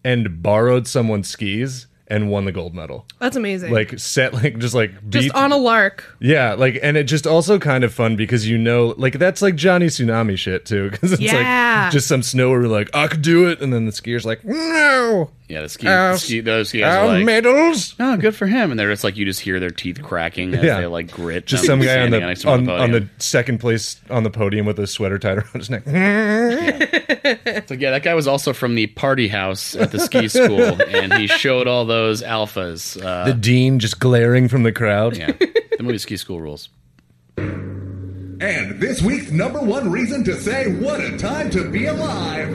S3: and borrowed someone's skis and won the gold medal.
S2: That's amazing.
S3: Like set like just like beat,
S2: just on a lark.
S3: yeah like and it just also kind of fun because you know like that's like Johnny Tsunami shit too because it's
S2: Yeah.
S3: like just some snower who like I could do it and then the skier's like no
S1: Yeah, the ski,
S3: Uh,
S1: the ski those ski guys
S3: our
S1: are like,
S3: medals.
S1: oh, good for him. And they're just like you just hear their teeth cracking as
S3: Yeah.
S1: they like grit.
S3: Just
S1: down
S3: some guy on
S1: sand
S3: the
S1: next to him
S3: on, on the
S1: podium.
S3: second place on the podium with a sweater tied around his neck.
S1: So yeah, that guy was also from the party house at the
S3: (laughs)
S1: ski school, and he showed all those alphas. Uh,
S3: the dean just glaring from the crowd. (laughs)
S1: yeah, the movie Ski School rules.
S5: And this week's number one reason to say what a time to be alive.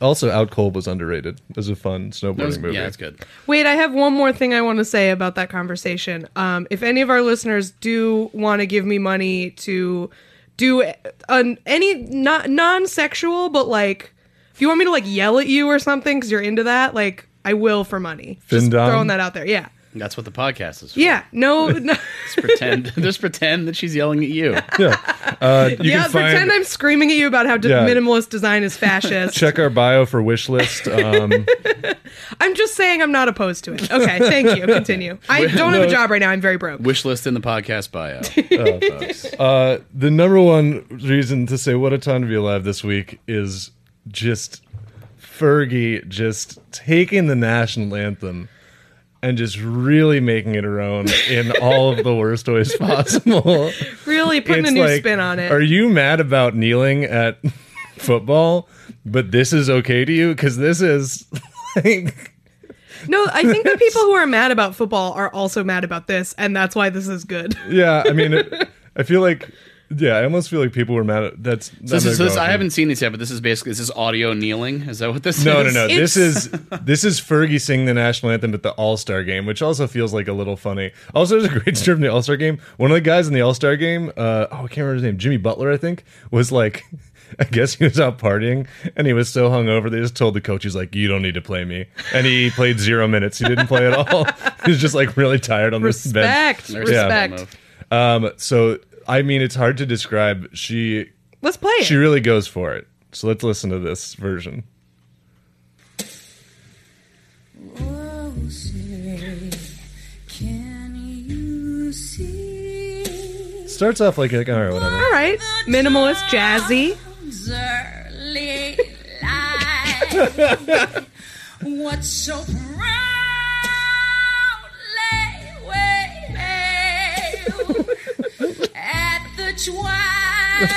S3: Also, Out Cold was underrated. It was a fun snowboarding
S1: That was-
S3: movie.
S1: yeah, that's good.
S2: Wait, I have one more thing I want to say about that conversation. Um, if any of our listeners do want to give me money to do an, any not non-sexual, but like if you want me to like yell at you or something because you're into that, like I will for money. Just
S3: Fin Dom?
S2: throwing that out there. Yeah,
S1: That's what the podcast
S3: (laughs)
S1: is. For.
S2: yeah. No, no
S1: Just pretend, (laughs) just pretend that she's yelling at
S3: (laughs)
S1: you.
S3: You
S2: yeah.
S3: can find,
S2: Pretend I'm screaming at you about how de-
S3: Yeah.
S2: minimalist design is fascist.
S3: (laughs) check our bio for wish list.
S1: (laughs)
S3: Um,
S2: I'm just saying I'm not opposed to it. Okay, thank
S3: (laughs)
S2: you. Continue. I don't have a job right now. I'm very broke.
S1: Wish list in the podcast bio.
S3: the number one reason to say what a time to be alive this week is just Fergie just taking the national anthem and just really making it her own in all of the worst
S1: (laughs)
S3: ways possible.
S2: Really putting a
S3: It's
S2: new
S3: like,
S2: spin on it.
S3: Are you mad about kneeling at (laughs) football? But this is okay to you because this is (laughs) like
S2: No, I think
S3: (laughs)
S2: the people who are mad about football are also mad about this, and that's why this is
S3: (laughs)
S2: good.
S3: yeah. I mean, it, I feel like yeah. I almost feel like people were mad at that's.
S1: This
S3: I'm
S1: is,
S3: gonna
S1: this,
S3: go
S1: I
S3: off on-
S1: haven't seen these yet, but this is basically this is audio kneeling. Is that what this
S3: No, no,
S1: is?
S3: no. This
S2: It's-
S3: is
S2: (laughs)
S3: this is Fergie singing the national anthem at the All Star game, which also feels like a little funny. Also, there's a great story from the All Star game. One of the guys in the All Star game, uh, oh, I can't remember his name, Jimmy Butler, I think, was like, (laughs) I guess he was out partying and he was so hungover they just told the coach, he's like, you don't need to play me, and he played zero minutes. He didn't play at all. (laughs) he was just like really tired on the bench.
S1: (laughs)
S2: Respect.
S3: (laughs)
S1: There's that
S2: Respect.
S1: move.
S3: Um, so I mean, it's hard to describe. She
S2: Let's play it.
S3: she really goes for it. So let's listen to this version.
S9: Oh, say, can you see?
S3: Starts off like, like all right, whatever.
S2: All right. Minimalist, jazzy.
S9: Dawn's early light. What so proudly waves at the twilight's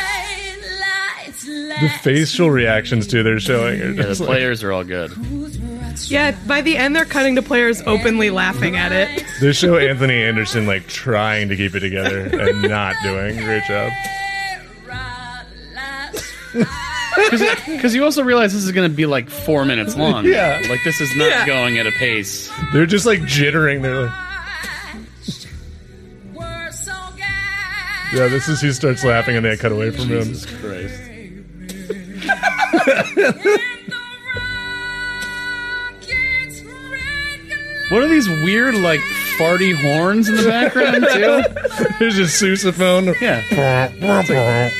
S3: The
S9: last
S3: facial reactions too they're showing are
S1: Yeah, the
S3: just like,
S1: players are all good. (laughs)
S9: breath
S2: Yeah, by the end, they're cutting to players openly laughing at it.
S3: they show Anthony Anderson like trying to keep it together and not doing a great
S2: (laughs)
S3: job.
S1: Because you also realize this is going to be like four
S3: (laughs)
S1: minutes long.
S3: Yeah.
S1: Like this is not
S2: Yeah.
S1: going at a pace.
S3: They're just like jittering. They're like, (laughs) yeah, this is who starts laughing and they cut away from him.
S1: Christ. What are these weird like farty horns in the
S3: (laughs)
S1: background too?
S3: There's a sousaphone.
S1: Yeah. That's right.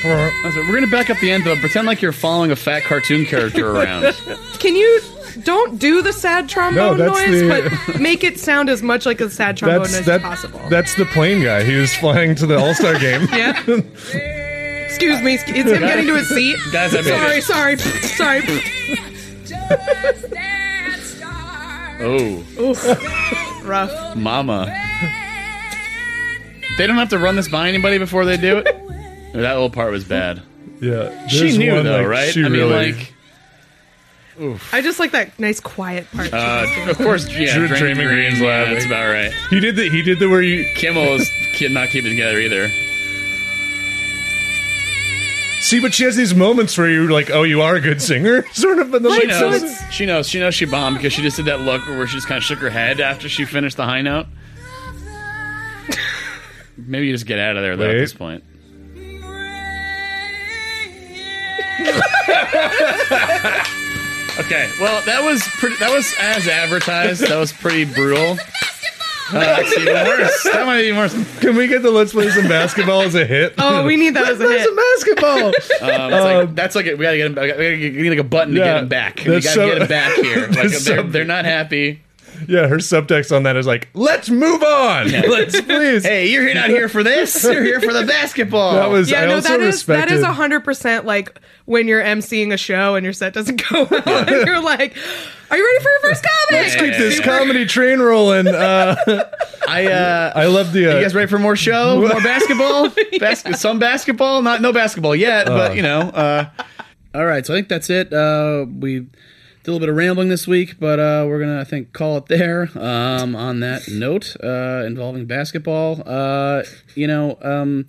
S1: We're going to back up the end though. Pretend like you're following a fat cartoon character around.
S2: Can you. Don't do the sad trombone
S3: No, that's
S2: noise,
S3: the- (laughs)
S2: but make it sound as much like a sad trombone
S3: That's
S2: noise
S3: that,
S2: as possible.
S3: That's the plane guy. He was flying to the All
S1: (laughs)
S3: Star game.
S2: yeah. Excuse me. It's him getting to his seat.
S1: Guys, I made
S2: Sorry,
S1: it.
S2: sorry, sorry.
S1: (laughs) Oh,
S2: Rough.
S1: mama. They don't have to run this by anybody before they do it. That little part was bad.
S3: Yeah,
S1: she
S3: There's
S1: knew
S3: one,
S1: though,
S3: like,
S1: right?
S3: She
S1: I mean,
S3: really.
S1: like,
S2: I just like that nice quiet part. she
S8: Uh,
S2: was doing.
S1: Uh, of course, (laughs) yeah,
S3: Drew-
S1: Draymond
S3: Draymond
S1: Green,
S3: Green's
S1: yeah,
S3: laughing.
S1: That's about right.
S3: he did the he did the where you
S1: Kimmel's kid not keeping together either.
S8: See, but she has these moments where you're like, "Oh, you are a good
S3: (laughs)
S8: singer," sort of. But then,
S1: She
S8: like,
S2: so
S1: knows.
S2: it's-
S1: She knows. She knows she bombed because she just did that look where she just kind of shook her head after she finished the high note. Maybe you just get out of there though, at
S8: Wait.
S1: this point. Okay. Well, that was pretty. That was as advertised. That was pretty brutal. Uh, (laughs) that's even worse. That might be even worse. Um,
S8: can we get the "Let's Play Some Basketball" as a hit?
S2: Oh, we need that as a
S8: Play
S2: hit.
S8: some basketball.
S1: (laughs) Um, it's like, that's like a, we gotta get him. We gotta get, we need like a button to
S8: Yeah,
S1: get him back. We gotta
S8: that's so-
S1: get him
S8: (laughs)
S1: back here. Like,
S8: that's
S1: they're,
S8: so-
S1: they're not happy.
S8: yeah, her subtext on that is like, "Let's move on. (laughs) Let's please."
S1: Hey, you're here- not here for this. You're here for the basketball.
S8: that was.
S2: Yeah,
S8: I
S2: no,
S8: also
S2: that is that
S8: respected.
S2: is hundred percent like when you're emceeing a show and your set doesn't (laughs) go well, and you're like, "Are you ready for your first comic?"
S8: Let's keep (laughs) this comedy train rolling. Uh,
S1: I. Uh,
S8: I love the. Uh,
S1: you guys ready for more show? More basketball? Bas- Some basketball? Not no basketball yet, but you know. Uh, all right, so I think that's it. Uh, we did a little bit of rambling this week, but uh, we're gonna I think call it there. Um, on that note, uh, involving basketball, uh, you know, um,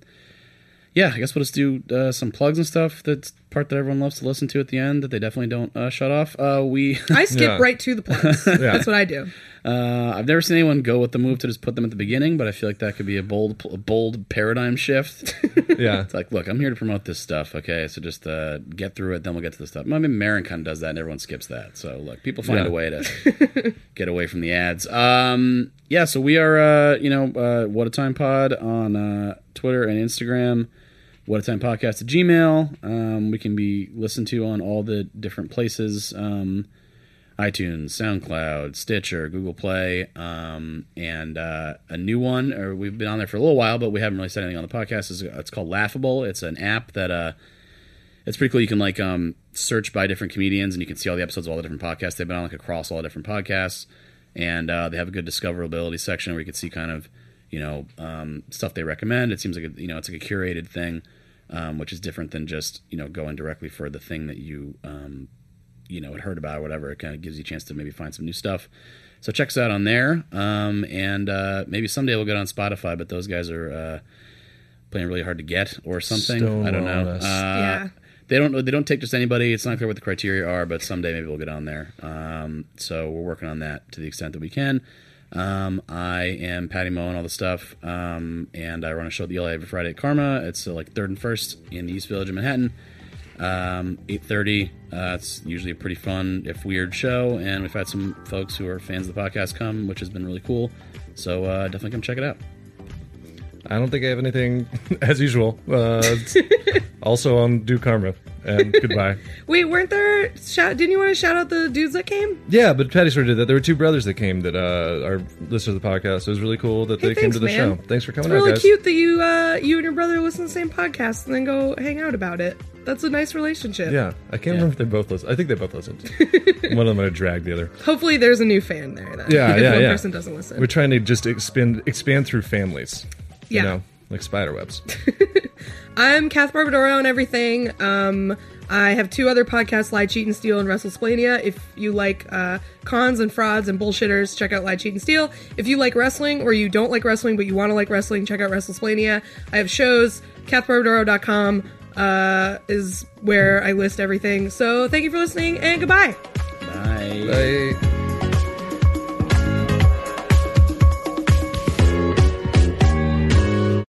S1: yeah, I guess we'll just do uh, some plugs and stuff. That's the part that everyone loves to listen to at the end that they definitely don't uh, shut off. Uh, we. (laughs)
S2: I skip
S8: Yeah.
S2: right to the plugs. That's what
S8: (laughs)
S2: I do.
S1: Uh, I've never seen anyone go with the move to just put them at the beginning, but I feel like that could be a bold, a bold paradigm shift.
S8: yeah.
S1: It's like, look, I'm here to promote this stuff. Okay, so just uh, get through it, then we'll get to the stuff. I mean, Marin kind of does that, and everyone skips that. So look, people find
S8: Yeah.
S1: a way to get away from the ads. Um, yeah, so we are, uh, you know, uh, what a time pod on uh, Twitter and Instagram. What a time podcast at Gmail. Um, we can be listened to on all the different places. Um, iTunes, SoundCloud, Stitcher, Google Play, um, and uh, a new one. Or we've been on there for a little while, but we haven't really said anything on the podcast. It's, it's called Laughable. It's an app that uh, it's pretty cool. You can like um, search by different comedians, and you can see all the episodes of all the different podcasts they've been on, like across all the different podcasts. And uh, they have a good discoverability section where you can see kind of you know um, stuff they recommend. It seems like a, you know it's like a curated thing, um, which is different than just you know going directly for the thing that you um, you know had heard about or whatever it kind of gives you a chance to maybe find some new stuff so check us out on there um, and uh, maybe someday we'll get on spotify but those guys are uh, playing really hard to get or something i don't know
S8: Stonewall us.
S1: Uh,
S2: Yeah.
S1: they don't they don't take just anybody it's not clear what the criteria are but someday maybe we'll get on there um, so we're working on that to the extent that we can um, I am Patty Moe and all the stuff, um, and I run a show at the LA every Friday at Karma. It's uh, like third and first in the East Village of Manhattan um, 8.30 uh, it's usually a pretty fun if weird show and we've had some folks who are fans of the podcast come which has been really cool so uh, definitely come check it out
S8: I don't think I have anything (laughs) as usual. Uh, it's also on Do Karma (laughs) and goodbye.
S2: Wait, weren't there? Shout, didn't you want to shout out the dudes that came?
S8: Yeah, but Patty sort of did that. There were two brothers that came that uh, are listeners of the podcast. It was really cool that
S2: Hey,
S8: they came
S2: thanks,
S8: to the
S2: man.
S8: show. Thanks for coming
S2: It's
S8: out,
S2: really
S8: guys.
S2: cute that you uh, you and your brother listen to the same podcast and then go hang out about it. That's a nice relationship.
S8: Yeah, I can't remember if they both listened. I think they both listened. (laughs) One of them might have dragged the other.
S2: Hopefully, there's a new fan there. Then.
S8: Yeah,
S2: (laughs) if
S8: yeah,
S2: one
S8: yeah.
S2: person doesn't listen.
S8: We're trying to just expand expand through families.
S2: Yeah.
S8: You know, like spider webs.
S2: I'm Kath Barbadoro on everything. Um, I have two other podcasts, Lie, Cheat, and Steal, and WrestleSplania. If you like uh, cons and frauds and bullshitters, check out Lie, Cheat, and Steal. If you like wrestling or you don't like wrestling but you want to like wrestling, check out WrestleSplania. I have shows. KathBarbadoro.com uh, is where I list everything. So thank you for listening and goodbye.
S1: bye
S8: I-